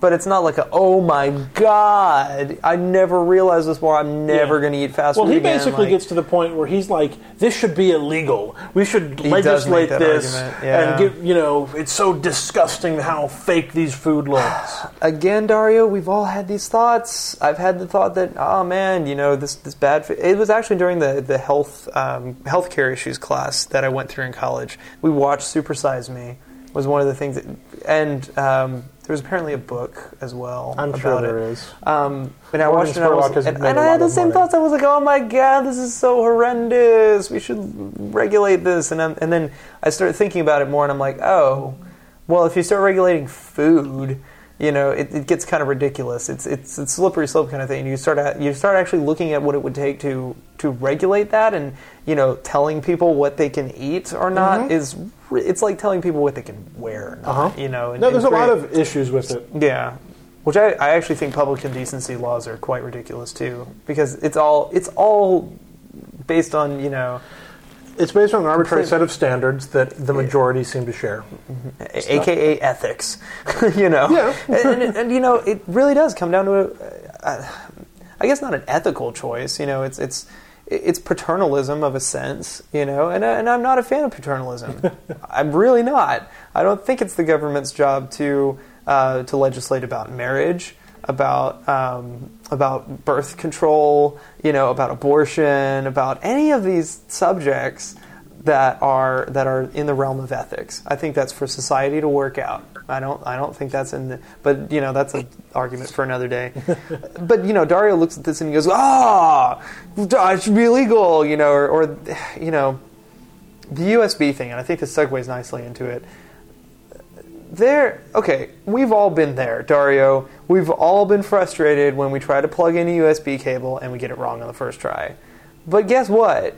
Speaker 1: But it's not like a, oh my god, I never realized this more. I'm never
Speaker 3: Yeah.
Speaker 1: going to eat fast
Speaker 3: Well,
Speaker 1: food
Speaker 3: he
Speaker 1: again,"
Speaker 3: basically
Speaker 1: like-
Speaker 3: gets to the point where he's like, "This should be illegal. We should
Speaker 1: does
Speaker 3: legislate
Speaker 1: make that
Speaker 3: this,
Speaker 1: argument, yeah.
Speaker 3: and get you know, it's so disgusting how fake these food looks."
Speaker 1: again, Dario, we've all had these thoughts. I've had the thought that, oh man, you know, this this bad. f-" It was actually during the the health um, healthcare issues class that I went through in college. We watched Supersize Me. Was one of the things, that, and um, there was apparently a book as well.
Speaker 3: I'm
Speaker 1: about
Speaker 3: sure
Speaker 1: it.
Speaker 3: there is.
Speaker 1: Um, and I
Speaker 3: Morgan
Speaker 1: watched it, and I, was,
Speaker 3: Spurlock has
Speaker 1: and,
Speaker 3: made
Speaker 1: and
Speaker 3: a
Speaker 1: I
Speaker 3: lot
Speaker 1: had the
Speaker 3: of
Speaker 1: same
Speaker 3: money.
Speaker 1: thoughts. I was like, "Oh my god, this is so horrendous. We should regulate this." And, I'm, and then I started thinking about it more, and I'm like, "Oh, well, if you start regulating food, you know, it, it gets kind of ridiculous. It's it's it's slippery slope kind of thing. You start at, you start actually looking at what it would take to to regulate that, and you know, telling people what they can eat or not is re- it's like telling people what they can wear. Or not,
Speaker 3: Mm-hmm. Uh-huh.
Speaker 1: Uh, You know, and,
Speaker 3: No, there's a
Speaker 1: and
Speaker 3: lot
Speaker 1: create-
Speaker 3: of issues with it.
Speaker 1: yeah. Which I, I actually think public indecency laws are quite ridiculous too, because it's all it's all based on you know
Speaker 3: It's based on an arbitrary
Speaker 1: Complete-
Speaker 3: set of standards that the majority seem to share.
Speaker 1: A- aka ethics you know
Speaker 3: Yeah.
Speaker 1: and, and, and, you know it really does come down to a, a- I guess not an ethical choice you know it's it's it's paternalism of a sense you know and, I, and i'm not a fan of paternalism i'm really not i don't think it's the government's job to uh, to legislate about marriage about um, about birth control you know about abortion about any of these subjects that are that are in the realm of ethics. I think that's for society to work out. I don't I don't think that's in the but you know that's an argument for another day. but you know Dario looks at this and he goes, "Ah, it should be illegal," you know, or, or you know the USB thing, and I think this segues nicely into it. There, okay, we've all been there, Dario. We've all been frustrated when we try to plug in a USB cable and we get it wrong on the first try. But guess what?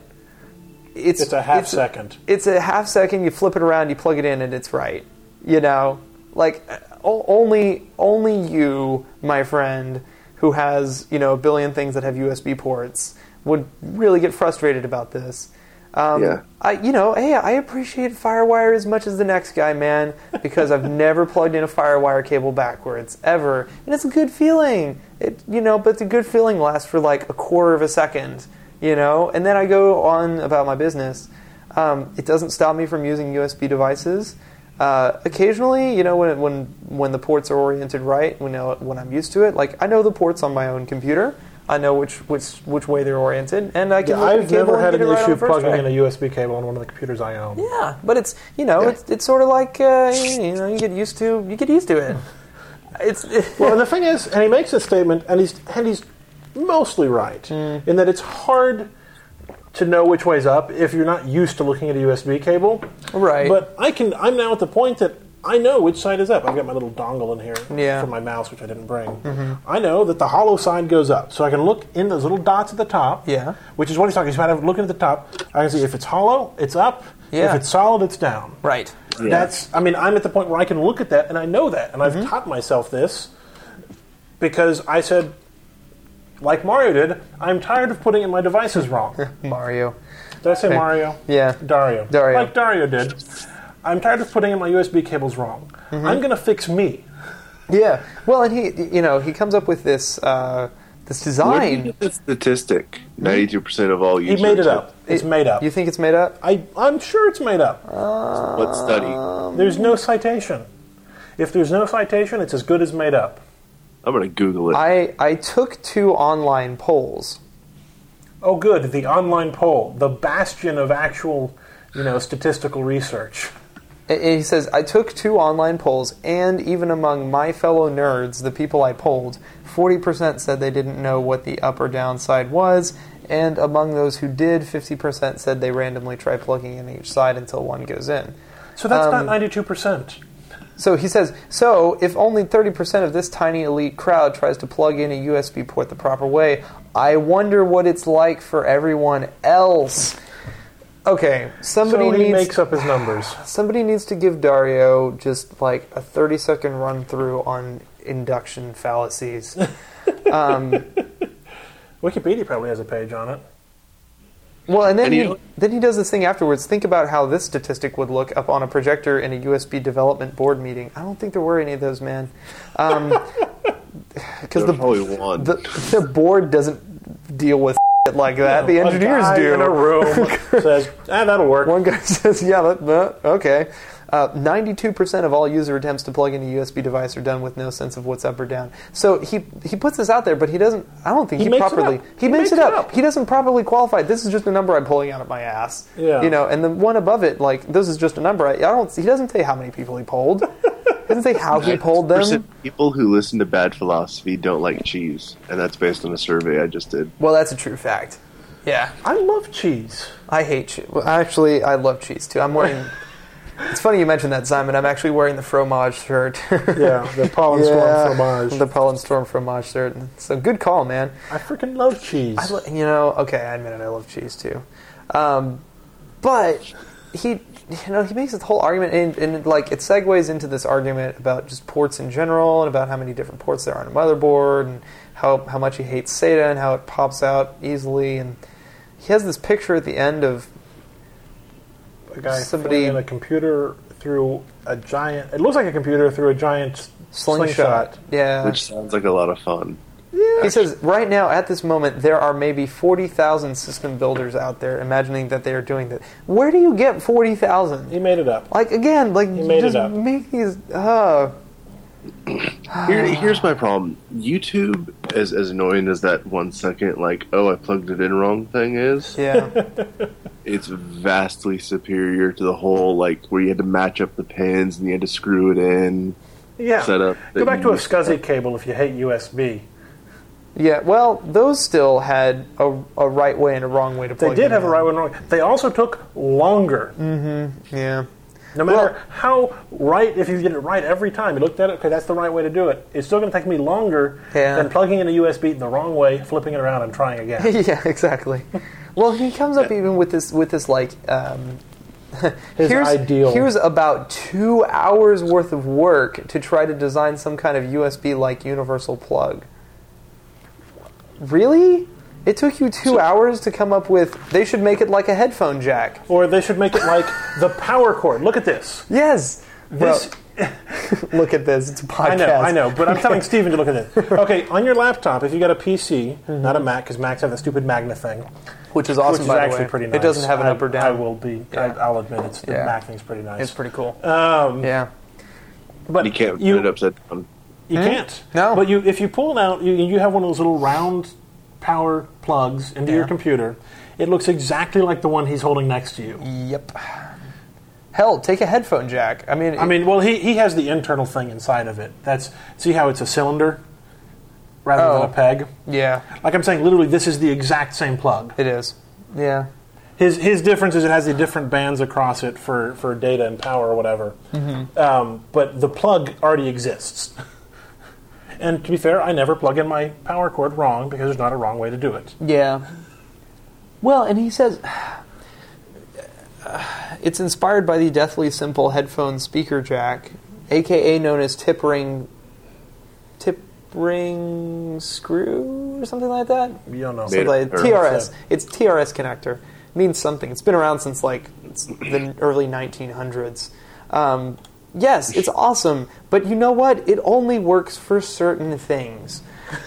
Speaker 3: It's a half second.
Speaker 1: It's a half second. You flip it around, you plug it in, and it's right. You know, like o- only only you, my friend, who has you know a billion things that have USB ports, would really get frustrated about this. Um,
Speaker 2: Yeah.
Speaker 1: I, you know, hey, I appreciate FireWire as much as the next guy, man, because I've never plugged in a FireWire cable backwards ever, and it's a good feeling. It, you know, but the good feeling lasts for like a quarter of a second, you know, and then I go on about my business. Um, it doesn't stop me from using USB devices. Uh, occasionally, you know, when, when when the ports are oriented right, when I- when I'm used to it, like I know the ports on my own computer. I know which which which way they're oriented, and I can. look at the
Speaker 3: I've
Speaker 1: cable
Speaker 3: never
Speaker 1: and
Speaker 3: had
Speaker 1: get
Speaker 3: an
Speaker 1: it right on
Speaker 3: issue
Speaker 1: the first
Speaker 3: plugging
Speaker 1: try.
Speaker 3: in a USB cable on one of the computers I own.
Speaker 1: Yeah, but it's you know it's it's sort of like uh, you know you get used to you get used to it. It's
Speaker 3: Well, and the thing is, and he makes this statement, and he's and he's mostly right
Speaker 1: Mm.
Speaker 3: in that it's hard to know which way's up if you're not used to looking at a USB cable.
Speaker 1: Right.
Speaker 3: But I can. I'm now at the point that I know which side is up. I've got my little dongle in here
Speaker 1: Yeah. Mm-hmm.
Speaker 3: for my mouse, which I didn't bring. I know that the hollow side goes up, so I can look in those little dots at the top.
Speaker 1: Yeah.
Speaker 3: Which is what he's talking about. Looking at the top, I can see if it's hollow, it's up.
Speaker 1: Yeah.
Speaker 3: If it's solid, it's down.
Speaker 1: right.
Speaker 3: That's. I mean, I'm at the point where I can look at that and I know that, and
Speaker 1: Mm-hmm.
Speaker 3: I've taught myself this because I said, like Mario did, I'm tired of putting in my devices wrong.
Speaker 1: Mm. Mario.
Speaker 3: Did I say Mario?
Speaker 1: Yeah.
Speaker 3: Dario.
Speaker 1: Dario.
Speaker 3: Like Dario did. I'm tired of putting in my USB cables wrong.
Speaker 1: Mm-hmm.
Speaker 3: I'm going to fix me.
Speaker 1: Yeah. Well, and he you know he comes up with this uh, this
Speaker 2: Where did you
Speaker 1: design.
Speaker 2: get that statistic?
Speaker 8: Ninety-two percent of all
Speaker 3: He
Speaker 8: users.
Speaker 3: made it up. It's
Speaker 1: It-
Speaker 3: made up.
Speaker 1: You think it's made up?
Speaker 3: I, I'm sure it's made up.
Speaker 8: What study?
Speaker 1: Um,
Speaker 3: There's no citation. If there's no citation, it's as good as made up.
Speaker 8: I'm gonna Google it.
Speaker 1: I I took two online polls.
Speaker 3: Oh, good. The online poll, the bastion of actual, you know, statistical research.
Speaker 1: And- and He says, I took two online polls, and even among my fellow nerds, the people I polled, 40% said they didn't know what the up or down side was, and among those who did, 50% said they randomly try plugging in each side until one goes in.
Speaker 3: So that's
Speaker 1: Um,
Speaker 3: not ninety-two percent.
Speaker 1: So he says, so if only 30% of this tiny elite crowd tries to plug in a USB port the proper way, I wonder what it's like for everyone else. Okay, somebody
Speaker 3: So he
Speaker 1: needs
Speaker 3: makes up his numbers.
Speaker 1: Somebody needs to give Dario just like a 30 second run through on induction fallacies.
Speaker 3: Wikipedia probably has a page on it.
Speaker 1: well, and then
Speaker 8: And
Speaker 1: he,
Speaker 8: you know-
Speaker 1: then he does this thing afterwards. Think about how this statistic would look up on a projector in a USB development board meeting. I don't think there were any of those, man. Because
Speaker 8: There's
Speaker 1: the,
Speaker 8: probably one.
Speaker 1: the the board doesn't deal with like that. the engineers
Speaker 3: a guy
Speaker 1: do.
Speaker 3: In a room says, "Ah, that'll work."
Speaker 1: One guy says, "Yeah, that, that okay." Uh, Ninety-two percent of all user attempts to plug in a USB device are done with no sense of what's up or down. So he he puts this out there, but he doesn't. I don't think
Speaker 3: He
Speaker 1: he,
Speaker 3: makes it
Speaker 1: properly
Speaker 3: up.
Speaker 1: he, makes, it up. He doesn't properly qualify. This is just a number I'm pulling out of my ass.
Speaker 3: Yeah.
Speaker 1: you know. And the one above it, like this is just a number. I, I don't. He doesn't say how many people he polled. he doesn't say how he polled them.
Speaker 8: 90% People who listen to bad philosophy don't like cheese, and that's based on a survey I just did.
Speaker 1: Well, that's a true fact. Yeah,
Speaker 3: I love cheese.
Speaker 1: I hate cheese. Well, actually, I love cheese too. I'm wearing. It's funny you mentioned that, Simon. I'm actually wearing the fromage shirt.
Speaker 3: Yeah, the pollen storm fromage.
Speaker 1: The pollen storm fromage shirt. So good call, man.
Speaker 3: I freaking love cheese.
Speaker 1: I lo- you know, okay, I admit it. I love cheese too, um, but he, you know, he makes this whole argument, and, and like it segues into this argument about just ports in general, and about how many different ports there are on a motherboard, and how how much he hates SATA, and how it pops out easily, and he has this picture at the end of
Speaker 3: a guy
Speaker 1: somebody-
Speaker 3: somebody in a computer through a giant. It looks like a computer through a giant s-
Speaker 1: slingshot. Yeah,
Speaker 8: which sounds like a lot of fun.
Speaker 1: He says, right now, at this moment, there are maybe 40,000 system builders out there imagining that they are doing that. Where do you get 40,000?
Speaker 3: He made it up.
Speaker 1: Like, again, like,
Speaker 3: made it
Speaker 1: just
Speaker 3: up.
Speaker 1: make these. Uh,
Speaker 8: Here,
Speaker 3: Ah.
Speaker 8: here's my problem. YouTube, as as annoying as that one second, like, oh, I plugged it in wrong thing is,
Speaker 1: yeah.
Speaker 8: it's vastly superior to the whole like where you had to match up the pins and you had to screw it in.
Speaker 3: Yeah.
Speaker 8: Setup
Speaker 3: Go
Speaker 8: that
Speaker 3: back
Speaker 8: you
Speaker 3: to a
Speaker 8: used-
Speaker 3: SCSI cable if you hate USB.
Speaker 1: yeah, well, those still had a, a right way and a wrong way to
Speaker 3: They
Speaker 1: plug
Speaker 3: did
Speaker 1: them
Speaker 3: have a
Speaker 1: in.
Speaker 3: right one wrong. They also took longer.
Speaker 1: Yeah.
Speaker 3: No matter how right, if you get it right every time, you looked at it, okay, that's the right way to do it. It's still going to take me longer
Speaker 1: Yeah.
Speaker 3: than plugging in a USB the wrong way, flipping it around, and trying again.
Speaker 1: yeah, exactly. Well, he comes up even with this, with this like, um,
Speaker 3: His
Speaker 1: here's,
Speaker 3: ideal.
Speaker 1: Here's about two hours worth of work to try to design some kind of USB like universal plug. Really? It took you two hours to come up with. They should make it like a headphone jack.
Speaker 3: or they should make it like the power cord. Look at this.
Speaker 1: Yes.
Speaker 3: This
Speaker 1: Bro, look at this. It's a podcast.
Speaker 3: I know, I know, but I'm telling Steven to look at this. Okay, on your laptop, if you got a PC, not a Mac, because Macs have that stupid Magna thing,
Speaker 1: Which is Mm-hmm. awesome.
Speaker 3: which is
Speaker 1: by the
Speaker 3: actually
Speaker 1: way.
Speaker 3: pretty nice.
Speaker 1: It doesn't have an
Speaker 3: I-
Speaker 1: up or down.
Speaker 3: I will be.
Speaker 1: Yeah.
Speaker 3: I, I'll admit it's the
Speaker 1: Yeah.
Speaker 3: Mac thing's pretty nice.
Speaker 1: It's pretty cool.
Speaker 3: Um,
Speaker 1: yeah.
Speaker 3: but
Speaker 8: You can't
Speaker 3: You,
Speaker 8: put it upside down.
Speaker 3: you can't.
Speaker 1: No.
Speaker 3: But you, if you pull it out, you, you have one of those little round power plugs into your
Speaker 1: Yeah.
Speaker 3: computer. It looks exactly like the one he's holding next to you.
Speaker 1: Yep. Hell, take a headphone jack. I mean,
Speaker 3: I mean, well, he, he has the internal thing inside of it. That's see how it's a cylinder rather
Speaker 1: Oh.
Speaker 3: than a peg.
Speaker 1: yeah,
Speaker 3: Like I'm saying, literally, this is the exact same plug.
Speaker 1: it is. Yeah.
Speaker 3: His his difference is it has the different bands across it for, for data and power or whatever. Um, but the plug already exists. and to be fair, I never plug in my power cord wrong because there's not a wrong way to do it.
Speaker 1: Yeah. Well, and he says it's inspired by the deathly simple headphone speaker jack, aka known as tip ring, tip ring screw or something like that.
Speaker 3: You don't know.
Speaker 1: So like
Speaker 8: or-
Speaker 1: TRS. It's TRS connector. It means something. It's been around since like it's the early 1900s. Um, yes, it's awesome, but you know what? It only works for certain things.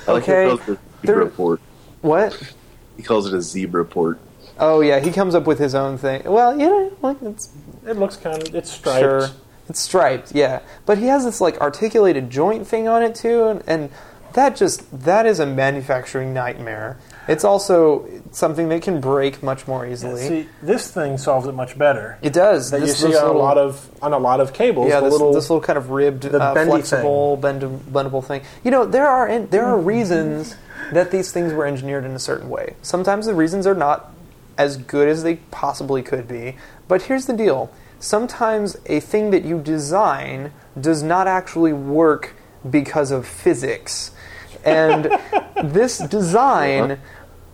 Speaker 8: I like
Speaker 1: Okay.
Speaker 8: He calls it a zebra
Speaker 1: There-
Speaker 8: port.
Speaker 1: what?
Speaker 8: He calls it a zebra port.
Speaker 1: Oh yeah, he comes up with his own thing. Well, you know, like it's
Speaker 3: It looks kind of it's striped.
Speaker 1: Sure. It's striped, yeah. But he has this like articulated joint thing on it too, and, and that just that is a manufacturing nightmare. It's also something that can break much more easily.
Speaker 3: See, this thing solves it much better.
Speaker 1: it does.
Speaker 3: that
Speaker 1: This-
Speaker 3: you see
Speaker 1: this
Speaker 3: on a
Speaker 1: little-
Speaker 3: lot of on a lot of cables.
Speaker 1: yeah,
Speaker 3: the
Speaker 1: this
Speaker 3: little,
Speaker 1: this little kind of ribbed,
Speaker 3: the
Speaker 1: uh,
Speaker 3: bendy
Speaker 1: flexible, bend, bendable thing. You know, there are in, there are reasons that these things were engineered in a certain way. Sometimes the reasons are not as good as they possibly could be. But here's the deal: sometimes a thing that you design does not actually work because of physics, and this design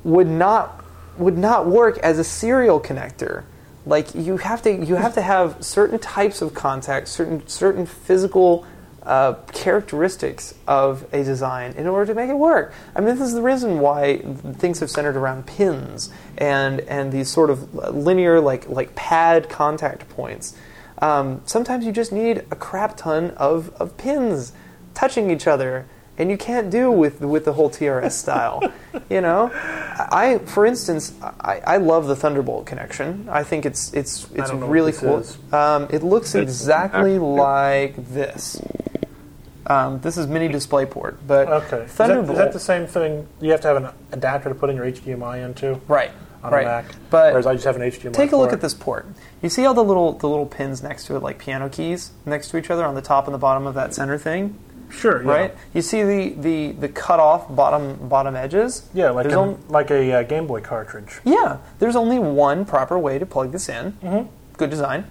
Speaker 1: would not would not work as a serial connector. Like you have to you have to have certain types of contacts, certain certain physical uh, characteristics of a design in order to make it work. I mean, this is the reason why things have centered around pins and and these sort of linear like like pad contact points. Um, sometimes you just need a crap ton of, of pins touching each other, and you can't do with with the whole TRS style. you know, I for instance, I, I love the Thunderbolt connection. I think it's it's it's
Speaker 3: don't know what
Speaker 1: really
Speaker 3: this
Speaker 1: cool.
Speaker 3: is.
Speaker 1: Um, it looks
Speaker 8: It's-
Speaker 1: exactly like this. Um, this is mini DisplayPort, but
Speaker 3: Okay. Is that-
Speaker 1: Thunderbolt.
Speaker 3: Is that the same thing? You have to have an adapter to put in your HDMI into.
Speaker 1: right?
Speaker 3: On
Speaker 1: right.
Speaker 3: a Mac.
Speaker 1: But
Speaker 3: whereas I just have an HDMI.
Speaker 1: Take a look
Speaker 3: port.
Speaker 1: at this port. You see all the little the little pins next to it, like piano keys next to each other on the top and the bottom of that center thing,
Speaker 3: Sure. Yeah.
Speaker 1: right? You see the the the cut off bottom bottom edges.
Speaker 3: Yeah, like
Speaker 1: there's
Speaker 3: a,
Speaker 1: only,
Speaker 3: like a uh, Game Boy cartridge. Mm-hmm.
Speaker 1: yeah. There's only one proper way to plug this in. Good design.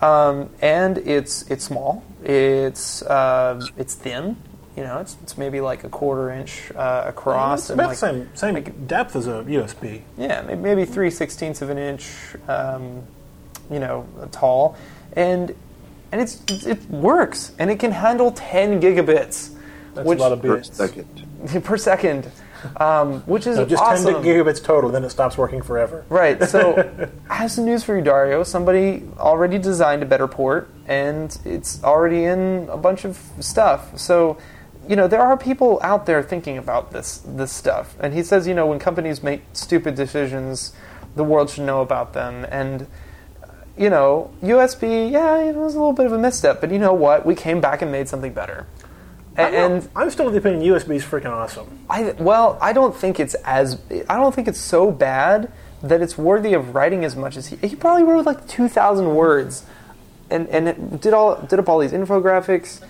Speaker 1: um, and it's it's small. It's uh, it's thin. You know, it's, it's maybe like a quarter inch uh, across.
Speaker 3: It's about
Speaker 1: like,
Speaker 3: the same same depth as a USB.
Speaker 1: yeah, may- maybe three sixteenths of an inch, um, you know, tall, and and it's it works, and it can handle ten gigabits,
Speaker 3: That's
Speaker 1: which
Speaker 3: a lot of
Speaker 2: per
Speaker 3: bits.
Speaker 2: second.
Speaker 1: per second, um, which is
Speaker 3: So just
Speaker 1: awesome.
Speaker 3: 10 gigabits total, then it stops working forever.
Speaker 1: Right. So, I have some news for you, Dario. Somebody already designed a better port, and it's already in a bunch of stuff. So, you know, there are people out there thinking about this this stuff. And he says, you know, when companies make stupid decisions, the world should know about them. And you know, USB, yeah, it was a little bit of a misstep, but you know what? We came back and made something better. A-
Speaker 3: I'm not-
Speaker 1: and
Speaker 3: I'm still of the opinion USB is freaking awesome.
Speaker 1: I well, I don't think it's as I don't think it's so bad that it's worthy of writing as much as he. He probably wrote like two thousand words, and and it did all did up all these infographics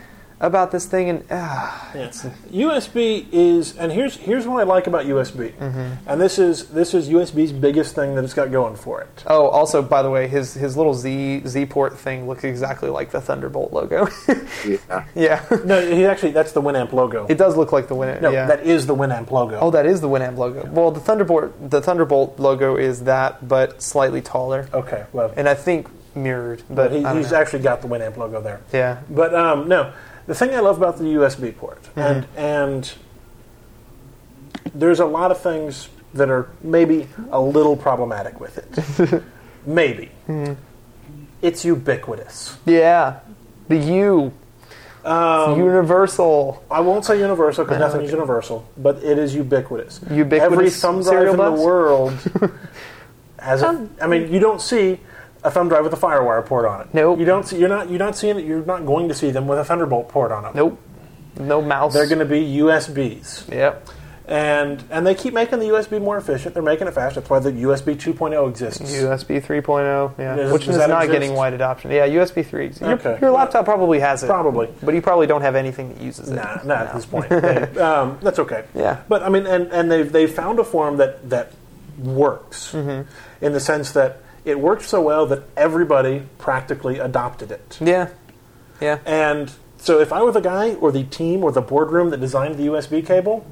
Speaker 1: about this thing, and ah,
Speaker 3: USB is, and here's here's what I like about USB,
Speaker 1: Mm-hmm.
Speaker 3: and this is this is USB's biggest thing that it's got going for it.
Speaker 1: oh, also by the way, his his little Z Z port thing looks exactly like the Thunderbolt logo.
Speaker 2: Yeah.
Speaker 1: yeah,
Speaker 3: No, he actually that's the Winamp logo.
Speaker 1: it does look like the Win.
Speaker 3: no,
Speaker 1: yeah.
Speaker 3: that is the Winamp logo.
Speaker 1: Oh, that is the Winamp logo. Well, the Thunderbolt the Thunderbolt logo is that, but slightly taller,
Speaker 3: okay, well,
Speaker 1: and I think mirrored. But,
Speaker 3: Oh. but he,
Speaker 1: I don't
Speaker 3: he's
Speaker 1: know.
Speaker 3: actually got the Winamp logo there.
Speaker 1: yeah,
Speaker 3: But um, no, the thing I love about the USB port,
Speaker 1: Mm-hmm.
Speaker 3: and and there's a lot of things that are maybe a little problematic with it. maybe
Speaker 1: Mm-hmm.
Speaker 3: it's ubiquitous.
Speaker 1: Yeah. The U.
Speaker 3: Um,
Speaker 1: universal.
Speaker 3: I won't say universal because nothing is universal, but it is ubiquitous.
Speaker 1: Ubiquitous
Speaker 3: Every thumb drive
Speaker 1: cereal
Speaker 3: in
Speaker 1: box?
Speaker 3: the world has a. I mean, you don't see a thumb drive with a FireWire port on it.
Speaker 1: Nope.
Speaker 3: You don't see. You're not. You're not seeing it. You're not going to see them with a Thunderbolt port on them.
Speaker 1: Nope. No mouse.
Speaker 3: They're going to be USBs.
Speaker 1: Yep.
Speaker 3: and and they keep making the USB more efficient. They're making it faster. That's why the USB 2.0 exists.
Speaker 1: USB 3.0. oh. Yeah.
Speaker 3: Does-
Speaker 1: Which
Speaker 3: does
Speaker 1: is
Speaker 3: that
Speaker 1: not
Speaker 3: exist?
Speaker 1: getting wide adoption. Yeah. USB 3. exists. Your-
Speaker 3: Okay.
Speaker 1: Your, laptop probably has it.
Speaker 3: Probably.
Speaker 1: But you probably don't have anything that uses it.
Speaker 3: Nah, not at this point. They- um, that's okay.
Speaker 1: Yeah.
Speaker 3: But I mean, and, and they've, they've found a form that, that works
Speaker 1: Mm-hmm.
Speaker 3: in the sense that it worked so well that everybody practically adopted it.
Speaker 1: Yeah. Yeah.
Speaker 3: And so if I were the guy or the team or the boardroom that designed the USB cable,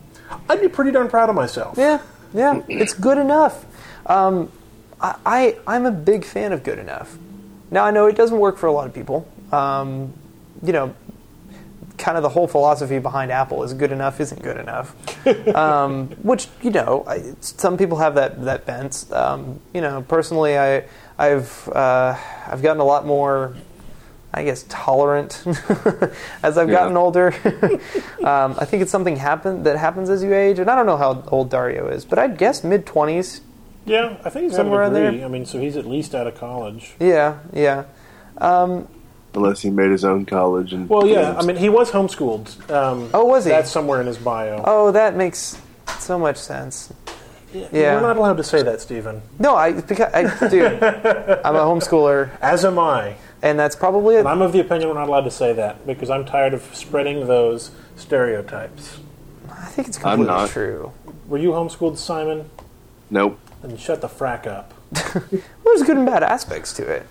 Speaker 3: I'd be pretty darn proud of myself.
Speaker 1: Yeah. Yeah. it's good enough. Um, I, I, I'm a big fan of good enough. Now, I know it doesn't work for a lot of people. Um, you know, kind of the whole philosophy behind Apple is good enough isn't good enough. um, which you know, I, it's- some people have that that bent. Um, you know, personally, I I've uh, I've gotten a lot more. I guess tolerant as I've gotten older. um, I think it's something happen that happens as you age, and I don't know how old Dario is, but I'd guess mid twenties.
Speaker 3: Yeah, I think he's
Speaker 1: got a Somewhere in degree. there.
Speaker 3: I mean, so he's at least out of college.
Speaker 1: Yeah, yeah.
Speaker 2: Unless he made his own college and
Speaker 3: Well, yeah, I mean, he was homeschooled. Um,
Speaker 1: Oh, was he?
Speaker 3: That's somewhere in his bio.
Speaker 1: Oh, that makes so much sense. yeah.
Speaker 3: We're not allowed to say that, Stephen.
Speaker 1: No, I because I, dude, I'm a homeschooler,
Speaker 3: As am I.
Speaker 1: and that's probably it.
Speaker 3: And I'm of the opinion we're not allowed to say that because I'm tired of spreading those stereotypes.
Speaker 1: I think it's
Speaker 2: I'm
Speaker 1: completely
Speaker 2: not.
Speaker 1: true.
Speaker 3: Were you homeschooled, Simon?
Speaker 2: nope.
Speaker 3: Then shut the frack up.
Speaker 1: there's good and bad aspects to it.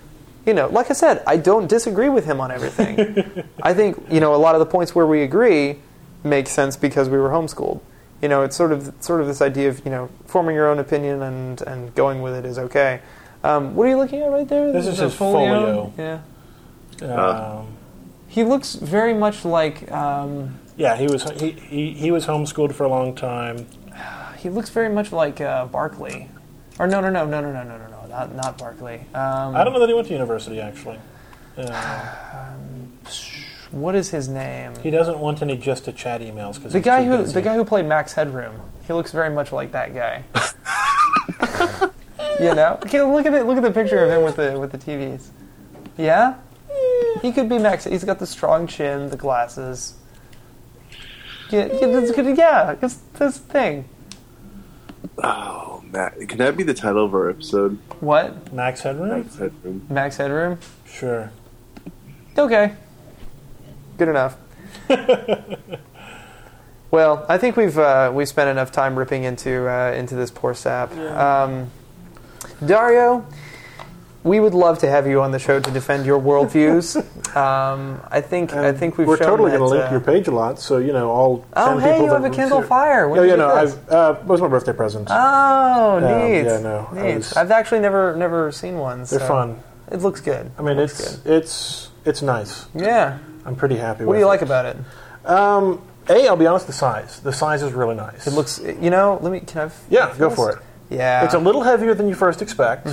Speaker 1: You know, like I said, I don't disagree with him on everything. I think you know a lot of the points where we agree make sense because we were homeschooled. You know, it's sort of sort of this idea of you know forming your own opinion and and going with it is okay. Um, what are you looking at right there?
Speaker 3: This is
Speaker 1: a
Speaker 3: his folio.
Speaker 1: Yeah,
Speaker 3: Um,
Speaker 1: he looks very much like um,
Speaker 3: yeah, he was he, he, he was homeschooled for a long time.
Speaker 1: he looks very much like uh, Barkley, or no no no no no no no no no not not Barkley. Um,
Speaker 3: I don't know that he went to university actually. Uh,
Speaker 1: what is his name?
Speaker 3: he doesn't want any just to chat emails because
Speaker 1: The guy who the guy who played Max Headroom, he looks very much like that guy. you know, Okay, look at it. Look at the picture of him with the with the TVs. Yeah, he could be Max. He's got the strong chin, the glasses. Yeah, yeah, that's good. Yeah, it's this thing.
Speaker 2: Oh, Matt, can that be the title of our episode?
Speaker 1: What
Speaker 3: Max Headroom.
Speaker 2: Matt's Headroom.
Speaker 1: Max Headroom?
Speaker 3: Sure.
Speaker 1: Okay, good enough. well, I think we've uh, we spent enough time ripping into uh, into this poor sap. Um, Dario, we would love to have you on the show to defend your worldviews. um, I think I think we've
Speaker 3: We're
Speaker 1: shown
Speaker 3: totally
Speaker 1: that,
Speaker 3: going to link
Speaker 1: uh,
Speaker 3: your page a lot, so you know all.
Speaker 1: Oh,
Speaker 3: 10
Speaker 1: hey,
Speaker 3: people
Speaker 1: you
Speaker 3: that
Speaker 1: have a Kindle
Speaker 3: see it.
Speaker 1: Fire. When
Speaker 3: No,
Speaker 1: did
Speaker 3: yeah,
Speaker 1: you
Speaker 3: no.
Speaker 1: do this?
Speaker 3: I've, uh, it was my birthday present.
Speaker 1: Oh,
Speaker 3: Um,
Speaker 1: neat.
Speaker 3: yeah, no, I
Speaker 1: neat.
Speaker 3: was-
Speaker 1: I've actually never never seen one.
Speaker 3: They're
Speaker 1: so
Speaker 3: fun.
Speaker 1: It looks good.
Speaker 3: I mean,
Speaker 1: Looks
Speaker 3: it's it's it's nice.
Speaker 1: good. yeah.
Speaker 3: I'm pretty happy.
Speaker 1: What do you like about it?
Speaker 3: Um, a, I'll be honest, the size. The size is really nice.
Speaker 1: It looks. You know. Let me. Can I? f-
Speaker 3: Yeah, go
Speaker 1: feel
Speaker 3: for
Speaker 1: this?
Speaker 3: it.
Speaker 1: Yeah. Mm-hmm.
Speaker 3: It's a little heavier than you first expect,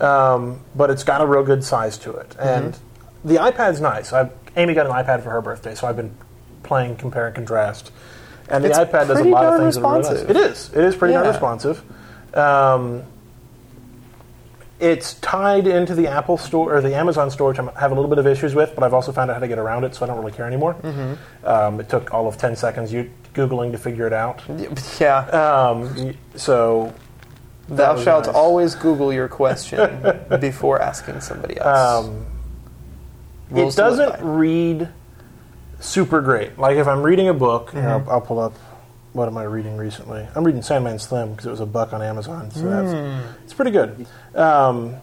Speaker 3: um, but it's got a real good size to it. And the iPad's nice. I, Amy got an iPad for her birthday, so I've been playing compare and contrast. And
Speaker 1: It's
Speaker 3: the iPad does a
Speaker 1: pretty
Speaker 3: lot of
Speaker 1: darn
Speaker 3: things that are really nice.
Speaker 1: responsive.
Speaker 3: It is. It is pretty darn
Speaker 1: Yeah.
Speaker 3: responsive. Um, it's tied into the Apple store or the Amazon store, which I'm- I have a little bit of issues with, but I've also found out how to get around it, so I don't really care anymore.
Speaker 1: Mm-hmm.
Speaker 3: Um, it took all of 10 seconds you googling to figure it out.
Speaker 1: Yeah.
Speaker 3: Um, y- so
Speaker 1: Thou
Speaker 3: was
Speaker 1: shalt
Speaker 3: nice.
Speaker 1: always Google your question before asking somebody else.
Speaker 3: Um, it
Speaker 1: Rules to live
Speaker 3: doesn't
Speaker 1: by.
Speaker 3: read super great. Like if I'm reading a book, and
Speaker 1: Mm-hmm.
Speaker 3: I'll, I'll pull up. What am I reading recently? I'm reading Sandman Slim because it was a buck on Amazon, so
Speaker 1: Mm.
Speaker 3: that's it's pretty good. Um,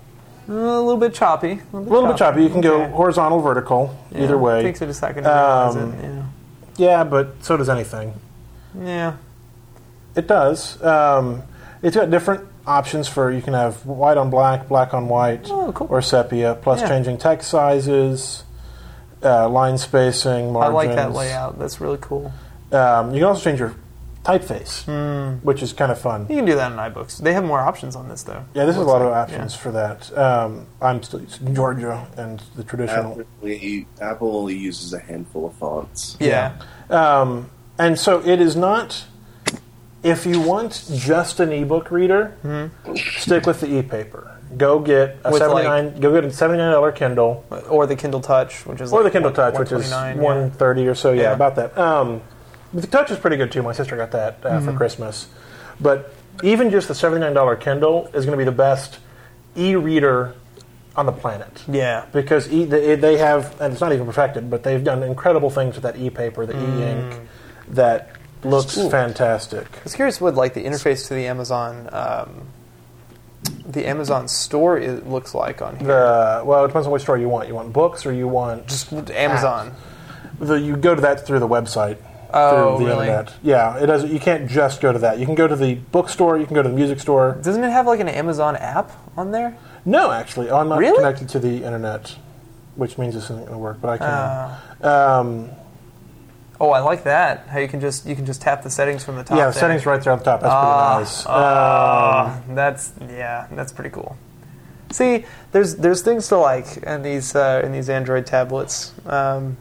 Speaker 1: a little bit choppy. A
Speaker 3: a little bit choppy. You can go
Speaker 1: Okay.
Speaker 3: horizontal, vertical, either way.
Speaker 1: Takes it a second to realize
Speaker 3: Um,
Speaker 1: it. Yeah.
Speaker 3: Yeah, but so does anything.
Speaker 1: Yeah.
Speaker 3: It does. Um, it's got different options for you can have white on black, black on white,
Speaker 1: Oh, cool.
Speaker 3: or sepia. Plus
Speaker 1: Yeah.
Speaker 3: changing text sizes, uh, line spacing,
Speaker 1: I
Speaker 3: margins.
Speaker 1: like that layout. That's really cool.
Speaker 3: Um, you can also change your typeface, which is kind of fun.
Speaker 1: You can do that in iBooks. They have more options on this though.
Speaker 3: Yeah, this is a
Speaker 1: Looks
Speaker 3: lot of
Speaker 1: like.
Speaker 3: options for that. Um, I'm still using Georgia and the traditional.
Speaker 2: Apple, only- Apple only uses a handful of fonts.
Speaker 1: Yeah. yeah.
Speaker 3: Um, and so it is not. If you want just an ebook reader, stick with the e-paper. Go get a
Speaker 1: With, like-
Speaker 3: seventy-nine. go get a seventy-nine dollar Kindle
Speaker 1: or the Kindle Touch, which is
Speaker 3: or
Speaker 1: like
Speaker 3: the Kindle Touch, which is
Speaker 1: 129,
Speaker 3: one thirty or so. Yeah,
Speaker 1: Yeah.
Speaker 3: about that. Um, but the Touch is pretty good too. My sister got that uh, for Christmas. But even just the seventy-nine dollar Kindle is going to be the best e-reader on the planet
Speaker 1: Yeah. yeah.
Speaker 3: because e, they, they have, and it's not even perfected, but they've done incredible things with that e-paper, the e-ink, that looks fantastic.
Speaker 1: I was curious what like the interface to the Amazon, um, the Amazon store it looks like on here.
Speaker 3: The Uh, well, it depends on which store you want. You want books or you want
Speaker 1: Just Amazon.
Speaker 3: the, you go to that through the website.
Speaker 1: Oh,
Speaker 3: through the
Speaker 1: really?
Speaker 3: internet. Yeah, it does. You can't just go to that. You can go to the bookstore. You can go to the music store.
Speaker 1: Doesn't it have like an Amazon app on there?
Speaker 3: No, actually, I'm not
Speaker 1: Really?
Speaker 3: connected to the internet, which means this isn't going to work. But I can.
Speaker 1: Ah.
Speaker 3: um,
Speaker 1: Oh, I like that. How you can just you can just tap the settings from the top.
Speaker 3: yeah, the
Speaker 1: there.
Speaker 3: settings right there on the top. That's pretty nice.
Speaker 1: Ah, that's yeah, that's pretty cool. See, there's there's things to like in these uh, in these Android tablets. Um,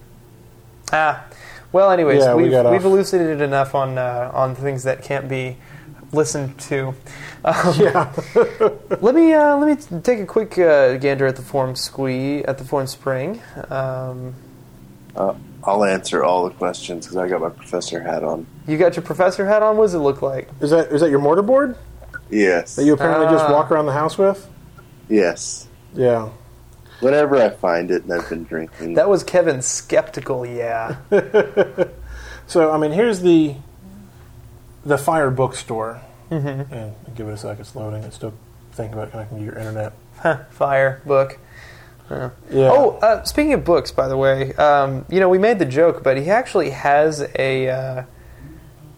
Speaker 1: ah, well, anyways,
Speaker 3: Yeah, we
Speaker 1: we've
Speaker 3: got off.
Speaker 1: we've elucidated enough on uh, on things that can't be listened to. Um,
Speaker 3: yeah.
Speaker 1: let me uh, let me t- take a quick uh, gander at the form squee at the form spring. Um,
Speaker 2: I'll answer all the questions because I got my professor hat on.
Speaker 1: you got your professor hat on. What does it look like?
Speaker 3: Is that is that your mortarboard
Speaker 2: Yes.
Speaker 3: that you apparently just
Speaker 1: Ah.
Speaker 3: walk around the house with?
Speaker 2: yes.
Speaker 3: Yeah.
Speaker 2: Whenever I find it, and I've been drinking.
Speaker 1: That was Kevin's skeptical. Yeah.
Speaker 3: So I mean, here's the the Fire Bookstore,
Speaker 1: Mm-hmm.
Speaker 3: and give it a sec. It's loading. It's still thinking about connecting to your internet.
Speaker 1: fire book.
Speaker 3: Yeah.
Speaker 1: Oh, uh, speaking of books, by the way, um, you know we made the joke, but he actually has a. Uh,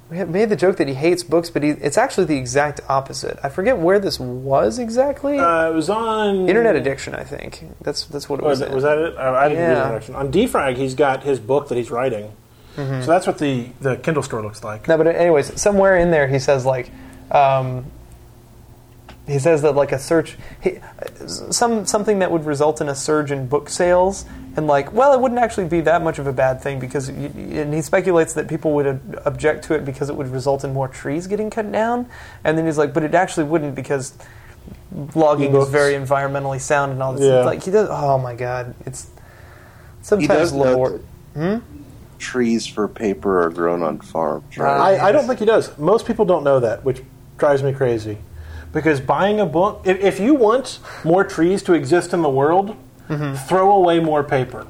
Speaker 1: we had made the joke that he hates books, but he, it's actually the exact opposite. I forget where this was exactly.
Speaker 3: Uh, it was on
Speaker 1: Internet addiction, I think. That's that's what it was.
Speaker 3: Was, that-
Speaker 1: in.
Speaker 3: was that it? Uh, I, I didn't read
Speaker 1: Yeah.
Speaker 3: the direction. On Defrag, he's got his book that he's writing. So that's what the, the Kindle store looks like.
Speaker 1: No, but anyways, somewhere in there he says like, um, he says that like a search, he, some something that would result in a surge in book sales, and like, well, it wouldn't actually be that much of a bad thing because, you, and he speculates that people would ob- object to it because it would result in more trees getting cut down, and then he's like, but it actually wouldn't because logging is
Speaker 3: E-books.
Speaker 1: very environmentally sound and all this.
Speaker 3: Yeah.
Speaker 1: Like he does. Oh my god, it's
Speaker 2: he
Speaker 1: sometimes
Speaker 2: does know
Speaker 1: lore.
Speaker 2: that trees for paper are grown on farms, right?
Speaker 3: Hmm? I, I don't think he does. Most people don't know that, which drives me crazy. Because buying a book, if, if you Mm-hmm. want more trees to exist in the world, throw away more paper.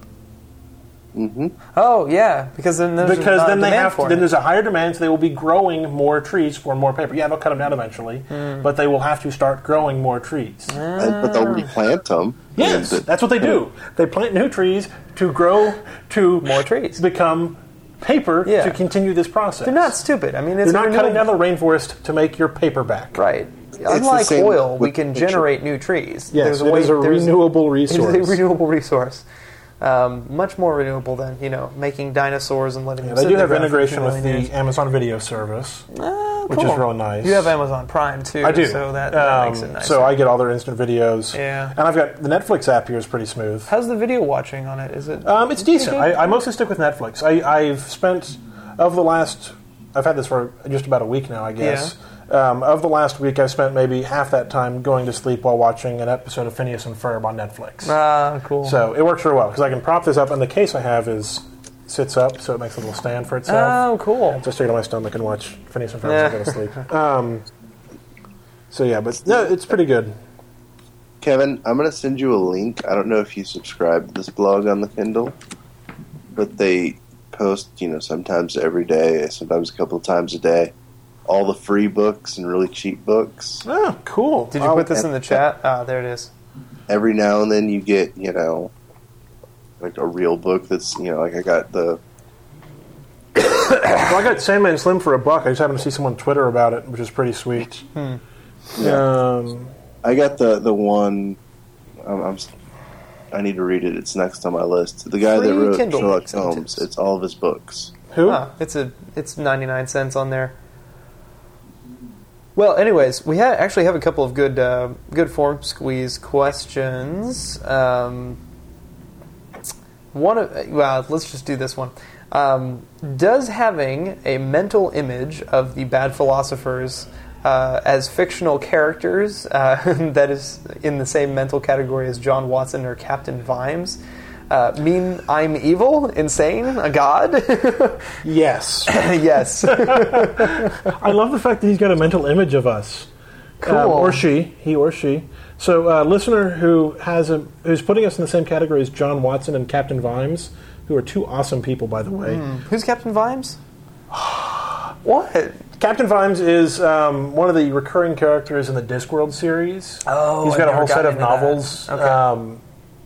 Speaker 1: Oh yeah, because then there's
Speaker 3: because
Speaker 1: not
Speaker 3: then they
Speaker 1: demand
Speaker 3: have
Speaker 1: for
Speaker 3: to, then
Speaker 1: it.
Speaker 3: there's a higher demand, so they will be growing more trees for more paper. Yeah, they'll cut them down eventually, but they will have to start growing more trees.
Speaker 2: And- but they'll replant them.
Speaker 3: Yes,
Speaker 2: And the-
Speaker 3: that's what they do. They plant new trees to grow to
Speaker 1: More trees.
Speaker 3: become paper
Speaker 1: Yeah.
Speaker 3: to continue this process.
Speaker 1: They're not stupid. I mean, it's
Speaker 3: You're not
Speaker 1: renewable-
Speaker 3: cutting down the rainforest to make your paper back.
Speaker 1: Right.
Speaker 2: the
Speaker 1: Unlike
Speaker 2: same
Speaker 1: oil, we
Speaker 2: with
Speaker 1: can
Speaker 2: nature.
Speaker 1: generate new trees.
Speaker 3: Yes, it is a
Speaker 1: there's-
Speaker 3: renewable
Speaker 1: it is
Speaker 3: resource.
Speaker 1: a renewable resource. Um, much more renewable than you know making dinosaurs and letting
Speaker 3: Yeah,
Speaker 1: them.
Speaker 3: they
Speaker 1: sit
Speaker 3: do
Speaker 1: in the
Speaker 3: have
Speaker 1: ground for
Speaker 3: integration
Speaker 1: 2
Speaker 3: with
Speaker 1: million
Speaker 3: the Oh, Amazon Video Service.
Speaker 1: Ah,
Speaker 3: which is
Speaker 1: cool.
Speaker 3: real nice.
Speaker 1: You have Amazon Prime too.
Speaker 3: I do.
Speaker 1: So that, that makes
Speaker 3: Um,
Speaker 1: it nice.
Speaker 3: So I get all their instant videos.
Speaker 1: Yeah.
Speaker 3: And I've got the Netflix app here is pretty smooth.
Speaker 1: How's the video watching on it? Is it?
Speaker 3: Um, it's decent.
Speaker 1: Okay.
Speaker 3: I, I mostly stick with Netflix. I, I've spent of the last. I've had this for just about a week now, I guess. Um, of the last week, I've spent maybe half that time going to sleep while watching an episode of Phineas and Ferb on Netflix.
Speaker 1: Ah, cool.
Speaker 3: So it works real well because I can prop this up, and the case I have is sits up, so it makes a little stand for itself.
Speaker 1: oh, cool.
Speaker 3: Just stick it on my stomach and watch Phineas and Ferb
Speaker 1: Yeah.
Speaker 3: as I go to sleep. Um, so yeah, but no, it's pretty good.
Speaker 2: Kevin, I'm going to send you a link. I don't know if you subscribe to this blog on the Kindle, but they post, you know, sometimes every day, sometimes a couple of times a day, all the free books and really cheap books.
Speaker 3: Oh, cool.
Speaker 1: Did you
Speaker 3: I'll-
Speaker 1: put this in the chat? Ah, there it is.
Speaker 2: Every now and then you get, you know, like a real book that's, you know, like I got the
Speaker 3: Well, I got Sandman Slim for a buck. I just happened to see someone Twitter about it, which is pretty sweet. Um,
Speaker 2: I got the the one. I'm, I'm si need to read it. It's next on my list. The guy that
Speaker 1: Free
Speaker 2: wrote
Speaker 1: Kindle
Speaker 2: Sherlock
Speaker 1: links and
Speaker 2: Holmes.
Speaker 1: tips.
Speaker 2: It's all of his books.
Speaker 3: who?
Speaker 1: Huh, Ah, it's a it's ninety nine cents on there. Well, anyways, we ha- actually have a couple of good uh, good form squeeze questions. Um, one of well, let's just do this one. Um, does having a mental image of the bad philosophers uh, as fictional characters uh, that is in the same mental category as John Watson or Captain Vimes uh, mean I'm evil, insane, a god?
Speaker 3: Yes.
Speaker 1: yes.
Speaker 3: I love the fact that he's got a mental image of us. Cool. or she, he or she. So, uh, listener who has a who's putting us in the same category as John Watson and Captain Vimes, who are two awesome people, by the way.
Speaker 1: Who's Captain Vimes? what?
Speaker 3: Captain Vimes is um, one of the recurring characters in the Discworld series.
Speaker 1: Oh,
Speaker 3: he's
Speaker 1: I
Speaker 3: got a
Speaker 1: never
Speaker 3: whole
Speaker 1: got
Speaker 3: set of
Speaker 1: into that.
Speaker 3: novels
Speaker 1: Okay.
Speaker 3: um,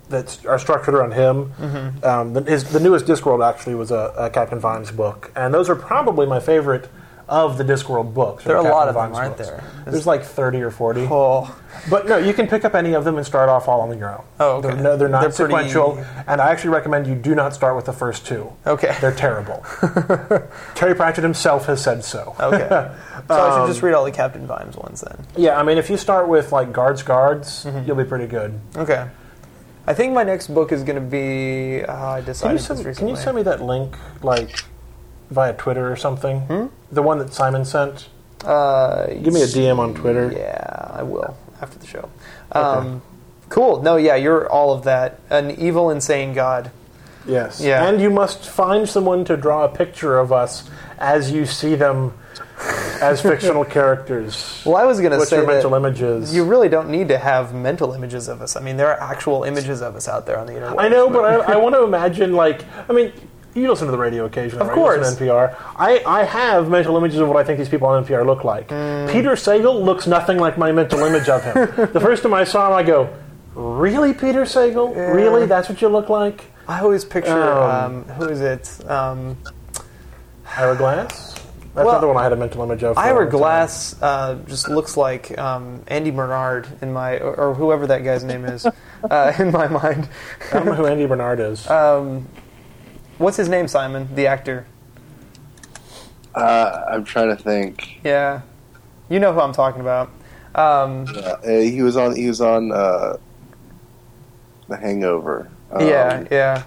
Speaker 3: that are structured around him.
Speaker 1: Mm-hmm.
Speaker 3: Um, the, his, the newest Discworld actually was a, a Captain Vimes book, and those are probably my favorite of the Discworld books.
Speaker 1: There are a
Speaker 3: Captain
Speaker 1: lot of them, aren't
Speaker 3: books.
Speaker 1: there?
Speaker 3: There's like thirty or forty.
Speaker 1: Oh,
Speaker 3: But no, you can pick up any of them and start off all on your own.
Speaker 1: Oh, okay.
Speaker 3: They're, no, they're not
Speaker 1: They're pretty-
Speaker 3: sequential, and I actually recommend you do not start with the first two.
Speaker 1: Okay.
Speaker 3: They're terrible. Terry Pratchett himself has said so.
Speaker 1: okay. So I
Speaker 3: Um,
Speaker 1: should just read all the Captain Vimes ones then.
Speaker 3: Yeah, I mean, if you start with like guards, guards,
Speaker 1: Mm-hmm.
Speaker 3: you'll be pretty good.
Speaker 1: Okay. I think my next book is going to be. Uh, I
Speaker 3: Can you,
Speaker 1: decided this
Speaker 3: send,
Speaker 1: recently.
Speaker 3: can you send me that link like via Twitter or something?
Speaker 1: Hmm?
Speaker 3: The one that Simon sent.
Speaker 1: Uh,
Speaker 3: Give me a DM on Twitter.
Speaker 1: Yeah, I will after the show. Um, Cool. No, yeah, you're all of that. An evil, insane god.
Speaker 3: Yes.
Speaker 1: Yeah.
Speaker 3: And you must find someone to draw a picture of us as you see them as fictional characters.
Speaker 1: Well, I was going to
Speaker 3: What's
Speaker 1: say
Speaker 3: your mental
Speaker 1: that
Speaker 3: image is?
Speaker 1: you really don't need to have mental images of us. I mean, there are actual images of us out there on the internet.
Speaker 3: I know, but I, I want to imagine like I mean. You listen to the radio occasionally,
Speaker 1: Of
Speaker 3: right? You
Speaker 1: course.
Speaker 3: listen to NPR. I, I have mental images of what I think these people on NPR look like.
Speaker 1: Hmm.
Speaker 3: Peter Sagal looks nothing like my mental image of him. the first time I saw him, I go, "Really, Peter Sagal? Really? That's what you look like?"
Speaker 1: I always picture um,
Speaker 3: Um,
Speaker 1: who is it? Um,
Speaker 3: Ira Glass. That's
Speaker 1: Well,
Speaker 3: another one I had a mental image of. for a long
Speaker 1: Ira
Speaker 3: time.
Speaker 1: Glass uh, just looks like um, Andy Bernard in my or, or whoever that guy's name is uh, in my mind.
Speaker 3: I don't know who Andy Bernard is.
Speaker 1: Uh, What's his name, Simon? The actor.
Speaker 2: Uh, I'm trying to think.
Speaker 1: Yeah, you know who I'm talking about. Um,
Speaker 2: Uh, he was on. He was on uh, The Hangover. Um,
Speaker 1: yeah, yeah.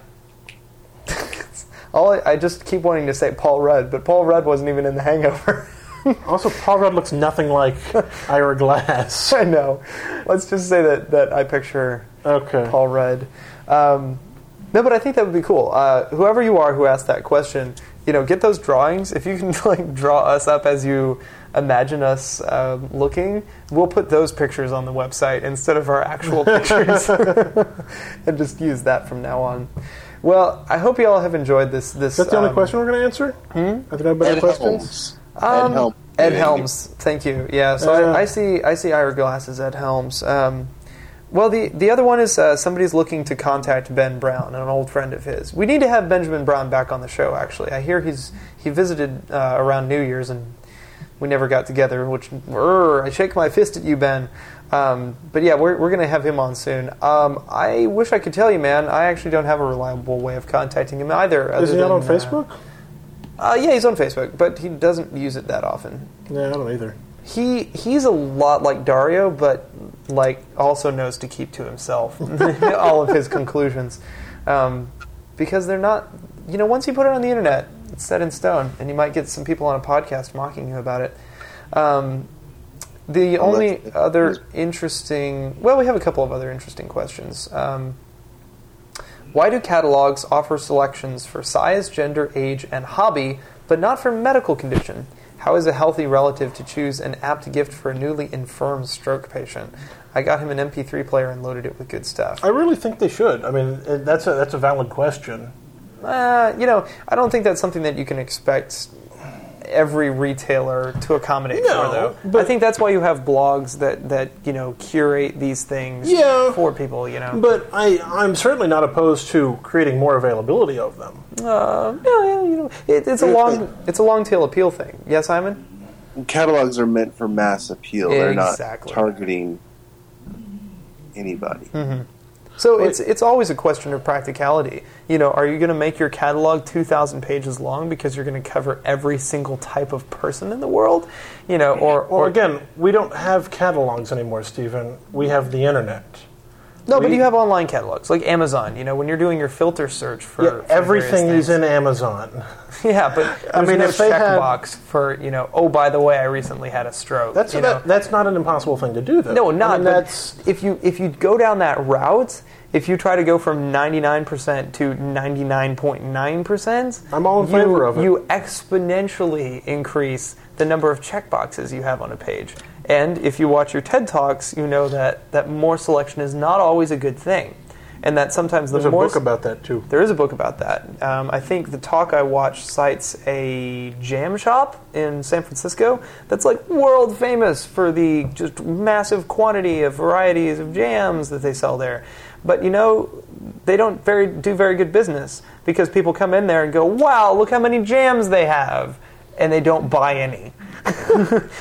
Speaker 1: All I, I just keep wanting to say Paul Rudd, but Paul Rudd wasn't even in The Hangover.
Speaker 3: also, Paul Rudd looks nothing like Ira Glass.
Speaker 1: I know. Let's just say that that I picture
Speaker 3: Okay.
Speaker 1: Paul Rudd. Um, no, but I think that would be cool. Uh, whoever you are who asked that question, you know, get those drawings. If you can like draw us up as you imagine us um, looking, we'll put those pictures on the website instead of our actual pictures, and just use that from now on. Well, I hope you all have enjoyed this. This
Speaker 3: That's the only
Speaker 1: um,
Speaker 3: question we're going to answer? Hmm? Have you got better
Speaker 2: Ed
Speaker 3: questions?
Speaker 2: Helms.
Speaker 1: Um,
Speaker 2: Ed Helms.
Speaker 1: Ed Helms. Thank you. Yeah. So
Speaker 3: Uh,
Speaker 1: I, I see. I see Ira Glass as Ed Helms. Um, well, the the other one is uh, somebody's looking to contact Ben Brown, an old friend of his. We need to have Benjamin Brown back on the show. Actually, I hear he's he visited uh, around New Year's and we never got together. Which brr, I shake my fist at you, Ben. Um, but yeah, we're we're gonna have him on soon. Um, I wish I could tell you, man. I actually don't have a reliable way of contacting him either.
Speaker 3: Is
Speaker 1: other
Speaker 3: he out on
Speaker 1: than, uh,
Speaker 3: Facebook?
Speaker 1: Uh, yeah, he's on Facebook, but he doesn't use it that often.
Speaker 3: Yeah, I don't either.
Speaker 1: He he's a lot like Dario, but like also knows to keep to himself all of his conclusions, um, because they're not. You know, once you put it on the internet, it's set in stone, and you might get some people on a podcast mocking you about it. Um, the only
Speaker 2: that's-
Speaker 1: other interesting, well, we have a couple of other interesting questions. Um, why do catalogs offer selections for size, gender, age, and hobby, but not for medical condition? How is a healthy relative to choose an apt gift for a newly infirm stroke patient? I got him an MP3 player and loaded it with good stuff.
Speaker 3: I really think they should. I mean, it- that's a, that's a valid question.
Speaker 1: Uh, you know, I don't think that's something that you can expect every retailer to accommodate
Speaker 3: No,
Speaker 1: for, though.
Speaker 3: but-
Speaker 1: I think that's why you have blogs that, that you know curate these things
Speaker 3: Yeah.
Speaker 1: for people. You know,
Speaker 3: But I, I'm certainly not opposed to creating more availability of them.
Speaker 1: uh, yeah, yeah, you know, it, it's a long it's a long tail appeal thing. Yes, Simon.
Speaker 2: catalogs are meant for mass appeal. They're
Speaker 1: Exactly. Mm-hmm.
Speaker 2: not targeting anybody.
Speaker 1: So it's it's always a question of practicality. You know, are you going to make your catalog 2,000 pages long because you're going to cover every single type of person in the world? You know, or
Speaker 3: Well,
Speaker 1: or
Speaker 3: again, we don't have catalogs anymore, Stephen. We have the internet.
Speaker 1: no, but
Speaker 3: we-
Speaker 1: you have online catalogs like Amazon. You know, when you're doing your filter search for,
Speaker 3: Yeah,
Speaker 1: for various
Speaker 3: everything is
Speaker 1: things.
Speaker 3: in Amazon.
Speaker 1: Yeah, but I mean,
Speaker 3: mean,
Speaker 1: no
Speaker 3: if they had-
Speaker 1: checkbox for you know. Oh, by the way, I recently had a stroke.
Speaker 3: That's
Speaker 1: you know?
Speaker 3: that, that's not an impossible thing to do, though.
Speaker 1: No,
Speaker 3: I
Speaker 1: not.
Speaker 3: mean,
Speaker 1: but
Speaker 3: that's
Speaker 1: if you if you go down that route, if you try to go from ninety nine percent to ninety nine point nine percent,
Speaker 3: I'm all in favor of it.
Speaker 1: You exponentially increase the number of checkboxes you have on a page. And if you watch your TED talks, you know that that more selection is not always a good thing, and that sometimes the
Speaker 3: there's a
Speaker 1: more
Speaker 3: book about that too.
Speaker 1: there is a book about that. Um, I think the talk I watched cites a jam shop in San Francisco that's like world famous for the just massive quantity of varieties of jams that they sell there. But you know, they don't very do very good business because people come in there and go, "Wow, look how many jams they have," and they don't buy any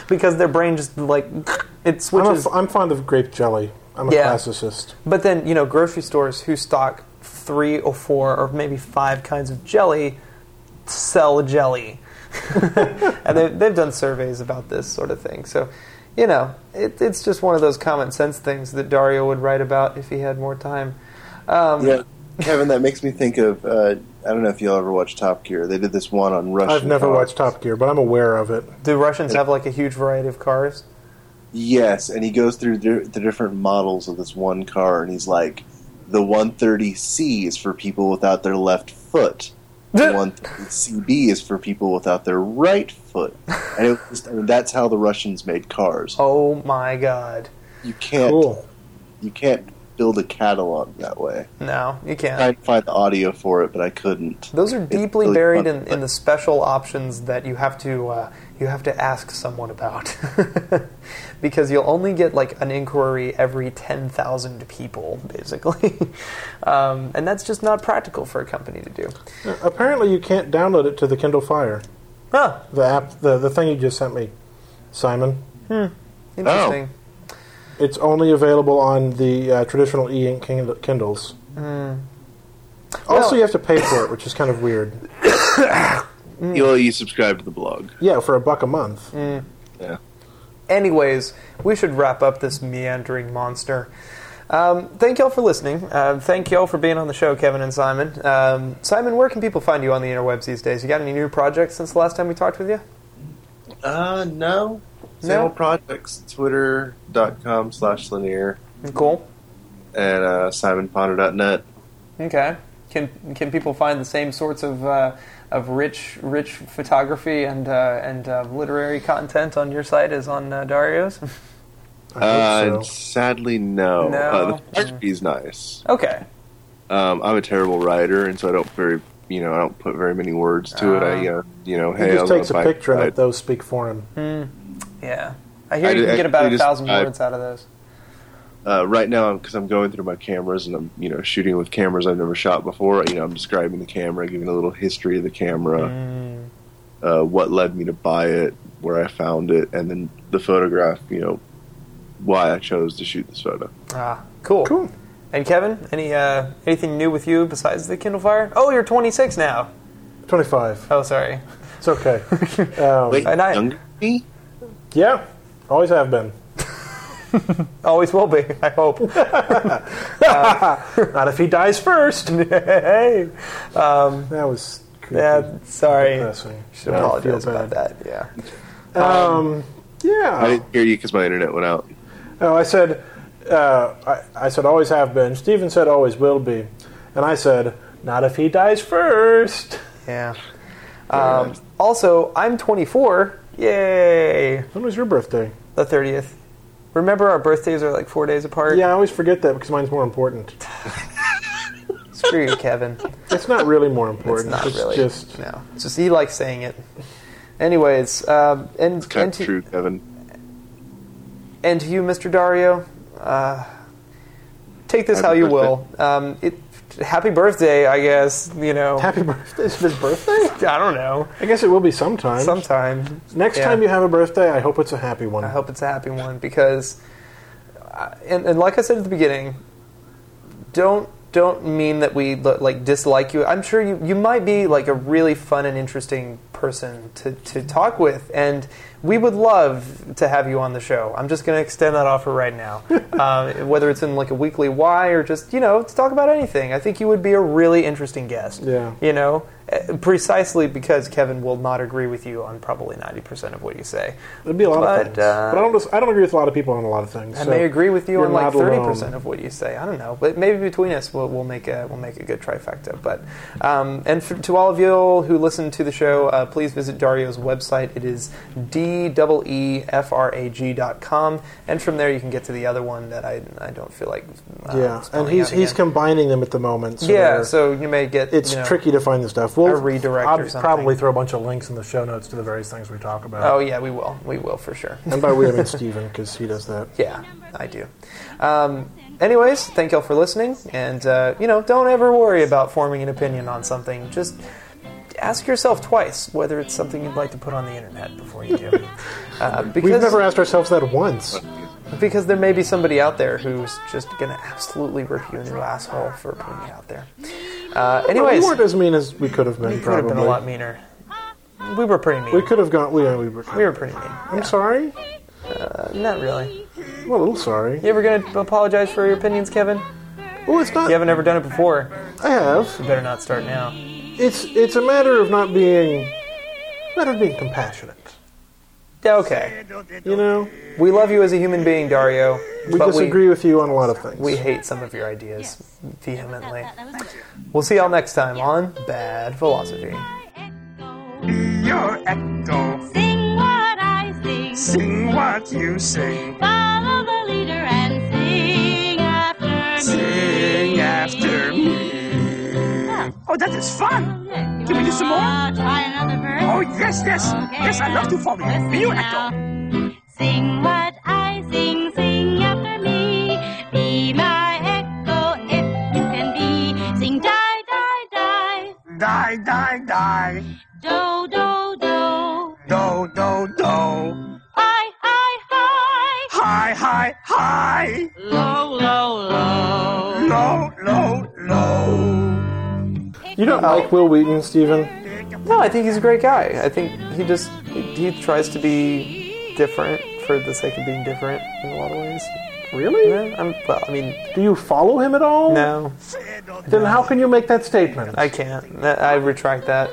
Speaker 1: because their brain just like it
Speaker 3: I'm, a
Speaker 1: switches.
Speaker 3: f- I'm fond of grape jelly. I'm a
Speaker 1: Yeah.
Speaker 3: classicist.
Speaker 1: But then, you know, grocery stores who stock three or four or maybe five kinds of jelly sell jelly. and they've, they've done surveys about this sort of thing. So, you know, it, it's just one of those common sense things that Dario would write about if he had more time. Um,
Speaker 2: Yeah, Kevin, that makes me think of. Uh, I don't know if y'all ever watched Top Gear. They did this one on Russian.
Speaker 3: I've never
Speaker 2: cars.
Speaker 3: watched Top Gear, but I'm aware of it.
Speaker 1: Do Russians have like a huge variety of cars?
Speaker 2: Yes, and he goes through the, the different models of this one car, and he's like, the 130C is for people without their left foot. The 130CB is for people without their right foot. And it was, I mean, that's how the Russians made cars.
Speaker 1: Oh my god.
Speaker 2: You can't
Speaker 3: Cool.
Speaker 2: you can't build a catalog that way.
Speaker 1: No, you can't.
Speaker 2: I tried to find the audio for it, but I couldn't.
Speaker 1: Those are deeply
Speaker 2: really
Speaker 1: buried
Speaker 2: fun,
Speaker 1: in,
Speaker 2: but-
Speaker 1: in the special options that you have to uh, you have to ask someone about, because you'll only get like an inquiry every ten thousand people, basically, um, and that's just not practical for a company to do.
Speaker 3: Apparently, you can't download it to the Kindle Fire.
Speaker 1: Huh,
Speaker 2: Oh.
Speaker 3: The app, the, the thing you just sent me, Simon.
Speaker 1: interesting.
Speaker 3: It's only available on the uh, traditional e-ink kind- Kindles. Also,
Speaker 1: Hmm. Well-
Speaker 3: you have to pay for it, which is kind of weird.
Speaker 8: You Mm. you subscribe to the blog.
Speaker 3: Yeah, for a buck a month.
Speaker 8: Yeah.
Speaker 1: Anyways, we should wrap up this meandering monster. Um, thank y'all for listening. Uh, thank y'all for being on the show, Kevin and Simon. Um, Simon, where can people find you on the interwebs these days? You got any new projects since the last time we talked with you?
Speaker 2: Uh, no.
Speaker 1: No?
Speaker 2: Same old projects. Twitter.com slash linear
Speaker 1: Cool.
Speaker 2: and uh, simonponder.net.
Speaker 1: Okay. Can can people find the same sorts of uh, of rich rich photography and uh, and uh, literary content on your site as on uh, Dario's?
Speaker 3: I hope
Speaker 8: Uh,
Speaker 3: so.
Speaker 8: sadly, no.
Speaker 1: No.
Speaker 8: Uh, the photography is nice.
Speaker 1: okay.
Speaker 8: Um, I'm a terrible writer, and so I don't very, you know, I don't put very many words to it. I,
Speaker 1: Ah.
Speaker 8: uh, you know,
Speaker 3: He
Speaker 8: hey, I'm
Speaker 3: just
Speaker 8: gonna
Speaker 3: takes a
Speaker 8: buy-
Speaker 3: picture of
Speaker 8: buy-
Speaker 3: it. Those speak for him.
Speaker 1: Hmm. Yeah. I hear
Speaker 8: I
Speaker 1: you
Speaker 8: did-
Speaker 1: can get
Speaker 8: I- I
Speaker 1: about a
Speaker 8: just-
Speaker 1: thousand
Speaker 8: I-
Speaker 1: words out of those.
Speaker 8: uh, right now because I'm going through my cameras and I'm you know shooting with cameras I've never shot before. You know, I'm describing the camera, giving a little history of the camera,
Speaker 3: Mm.
Speaker 8: uh, what led me to buy it, where I found it, and then the photograph. You know, why I chose to shoot this photo.
Speaker 1: Ah, cool. Cool. And Kevin, any uh, anything new with you besides the Kindle Fire? Oh, you're 26 now.
Speaker 3: 25.
Speaker 1: Oh, sorry.
Speaker 3: It's okay. Um,
Speaker 8: Wait,
Speaker 1: And I-
Speaker 8: younger than me?
Speaker 3: Yeah, always have been.
Speaker 1: Always will be. I hope.
Speaker 3: Not if he dies first.
Speaker 1: hey. Um,
Speaker 3: That was creepy.
Speaker 1: Yeah. Sorry.
Speaker 3: depressing.
Speaker 1: Should
Speaker 3: I feel
Speaker 1: apologize
Speaker 3: bad.
Speaker 1: about that. Yeah.
Speaker 3: Yeah.
Speaker 8: I didn't hear you because my internet went out.
Speaker 3: No, I said, uh, I, I said always have been. Stephen said always will be, and I said not if he dies first.
Speaker 1: Yeah. Um, also, I'm 24. Yay.
Speaker 3: When was your birthday?
Speaker 1: The 30th. Remember, our birthdays are like four days apart.
Speaker 3: Yeah, I always forget that because mine's more important.
Speaker 1: Screw you, Kevin.
Speaker 3: It's not really more important.
Speaker 1: Not really.
Speaker 3: just
Speaker 1: no. It's just he likes saying it. Anyways, um, and
Speaker 8: Kind
Speaker 1: and
Speaker 8: of
Speaker 1: to-
Speaker 8: true, Kevin.
Speaker 1: And to you, Mr. Dario, uh, take this
Speaker 8: Happy
Speaker 1: how you
Speaker 8: birthday.
Speaker 1: will. Um, it, happy birthday, I guess. You know,
Speaker 3: happy birthday. Is it his birthday?
Speaker 1: I don't know.
Speaker 3: I guess it will be sometime.
Speaker 1: Sometime
Speaker 3: Next
Speaker 1: yeah.
Speaker 3: time you have a birthday, I hope it's a happy one.
Speaker 1: I hope it's a happy one because, uh, and, and like I said at the beginning, don't don't mean that we li- like dislike you. I'm sure you you might be like a really fun and interesting person to to talk with, and we would love to have you on the show. I'm just going to extend that offer right now, um, whether it's in like a weekly why or just you know to talk about anything. I think you would be a really interesting guest.
Speaker 3: Yeah.
Speaker 1: you know. eh, Precisely because Kevin will not agree with you on probably ninety percent of what you say.
Speaker 3: It'd be a lot
Speaker 1: But,
Speaker 3: of things,
Speaker 1: uh,
Speaker 3: but I don't. Just, I don't agree with a lot of people on a lot of things.
Speaker 1: I may agree with you on like thirty percent
Speaker 3: Of-
Speaker 1: of what you say. I don't know, but maybe between us, we'll, we'll make a we'll make a good trifecta. But um, and for, to all of you who listen to the show, uh, please visit Dario's website. It is E dot com, and from there you can get to the other one that I, I don't feel like. Uh,
Speaker 3: yeah, and
Speaker 1: spelling
Speaker 3: he's
Speaker 1: out
Speaker 3: he's
Speaker 1: again.
Speaker 3: combining them at the moment. So
Speaker 1: yeah,
Speaker 3: they're-
Speaker 1: so you may get
Speaker 3: it's
Speaker 1: you know-
Speaker 3: tricky to find the stuff. We'll
Speaker 1: a redirect or
Speaker 3: I'll
Speaker 1: something.
Speaker 3: probably throw a bunch of links in the show notes to the various things we talk about.
Speaker 1: Oh yeah, we will we will for sure.
Speaker 3: And by we, I mean Steven, because he does that.
Speaker 1: Yeah, I do. Um, anyways, thank y'all for listening, and uh, you know, don't ever worry about forming an opinion on something. Just ask yourself twice whether it's something you'd like to put on the internet before you do. Uh,
Speaker 3: We've
Speaker 1: because,
Speaker 3: never asked ourselves that once.
Speaker 1: because there may be somebody out there who's just gonna absolutely rip you a new asshole for putting it out there. Uh,
Speaker 3: We
Speaker 1: anyways,
Speaker 3: weren't as mean as we could have been,
Speaker 1: we could have
Speaker 3: probably.
Speaker 1: been a lot meaner. We were pretty mean.
Speaker 3: we could have gone. We, yeah, we were.
Speaker 1: We were pretty mean. Yeah,
Speaker 3: I'm sorry.
Speaker 1: not really.
Speaker 3: I'm a little sorry.
Speaker 1: You ever gonna apologize for your opinions, Kevin?
Speaker 3: Oh, it's not.
Speaker 1: You haven't ever done it before.
Speaker 3: I have.
Speaker 1: You better not start now.
Speaker 3: It's it's a matter of not being, matter of being compassionate.
Speaker 1: Okay.
Speaker 3: You know,
Speaker 1: We love you as a human being, Dario.
Speaker 3: we
Speaker 1: but
Speaker 3: disagree with you on a lot of things.
Speaker 1: We, we hate some of your ideas vehemently. We'll see y'all next time on Bad Philosophy.
Speaker 4: Your echo,
Speaker 6: Sing what I sing.
Speaker 4: sing what you sing,
Speaker 6: Follow the leader and sing after me.
Speaker 4: sing after me. Oh, that is fun! Can we do some more?
Speaker 6: Uh, try another verse.
Speaker 4: Oh, yes, yes,
Speaker 6: Okay,
Speaker 4: yes, I love to follow you.
Speaker 6: Listen
Speaker 4: Be your
Speaker 6: now.
Speaker 4: echo.
Speaker 6: Sing what I sing, sing after me. Be my echo if you can be. Sing die, die, die.
Speaker 4: Die, die, die,
Speaker 6: Do, do, do.
Speaker 4: do, do, do.
Speaker 6: Hi, hi, hi.
Speaker 4: High, high, high,
Speaker 6: Low, low, low.
Speaker 4: low, low, low.
Speaker 3: you don't like Will Wheaton, Steven?
Speaker 1: No, I think he's a great guy. I think he just he tries to be different for the sake of being different in a lot of ways.
Speaker 3: Really?
Speaker 1: Yeah, I'm, well, I mean,
Speaker 3: Do you follow him at all?
Speaker 1: no,
Speaker 3: Then how can you make that statement?
Speaker 1: I can't. I I retract that.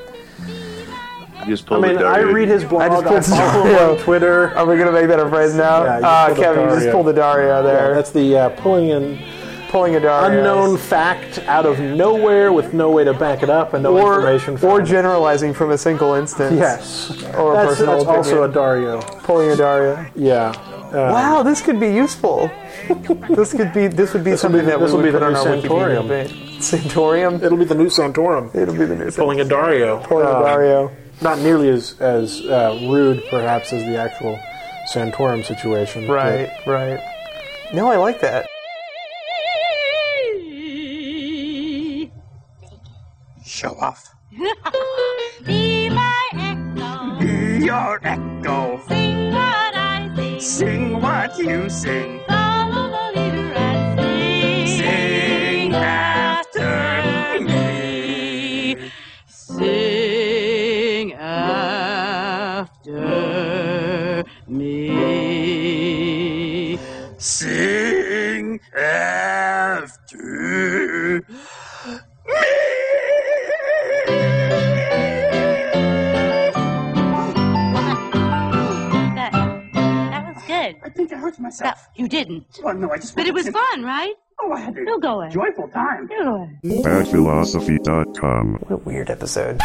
Speaker 8: You just
Speaker 3: I
Speaker 8: pulled
Speaker 3: mean,
Speaker 8: the
Speaker 3: I
Speaker 8: Dario.
Speaker 3: read his blog.
Speaker 1: just
Speaker 3: I
Speaker 1: put
Speaker 3: follow him on Twitter.
Speaker 1: Are we gonna make that a phrase now?
Speaker 3: Yeah, you
Speaker 1: Ah,
Speaker 3: pulled a
Speaker 1: Kevin, you just
Speaker 3: Dario.
Speaker 1: pulled a Dario there.
Speaker 3: That's the uh, pulling in
Speaker 1: pulling a Dario.
Speaker 3: unknown fact out of nowhere with no way to back it up and no
Speaker 1: or
Speaker 3: information. From
Speaker 1: or
Speaker 3: it.
Speaker 1: generalizing from a single instance.
Speaker 3: yes,
Speaker 1: Or a
Speaker 3: that's,
Speaker 1: personal
Speaker 3: that's also
Speaker 1: opinion.
Speaker 3: a Dario.
Speaker 1: pulling a Dario.
Speaker 3: Yeah. Uh,
Speaker 1: Wow, this could be useful. this could be this would be
Speaker 3: will
Speaker 1: something
Speaker 3: be-
Speaker 1: that
Speaker 3: this
Speaker 1: we
Speaker 3: will
Speaker 1: would
Speaker 3: be
Speaker 1: put on
Speaker 3: the new
Speaker 1: our Wikipedia
Speaker 3: sanatorium.
Speaker 1: page. Santorium.
Speaker 3: It'll be the new Santorum.
Speaker 1: It'll be the new
Speaker 3: Pulling a Dario.
Speaker 1: Pulling a
Speaker 3: Uh,
Speaker 1: Dario.
Speaker 3: Not nearly as, as uh, rude, perhaps, as the actual Santorum situation. but-
Speaker 1: Right, right. No, I like that.
Speaker 4: Show off.
Speaker 6: Be my echo.
Speaker 4: Be your echo.
Speaker 6: Sing what I sing.
Speaker 4: Sing what you sing.
Speaker 6: Follow the leader and sing.
Speaker 4: Sing after me.
Speaker 9: Sing after me.
Speaker 4: Sing after
Speaker 6: That, that was good.
Speaker 4: I think I hurt myself.
Speaker 6: That, you didn't.
Speaker 4: Oh, no, I just.
Speaker 6: But it was fun, right?
Speaker 4: Oh, I had
Speaker 6: You'll
Speaker 4: a
Speaker 6: go in.
Speaker 4: joyful time.
Speaker 6: You'll go in.
Speaker 10: badphilosophy.com.
Speaker 1: What a weird episode.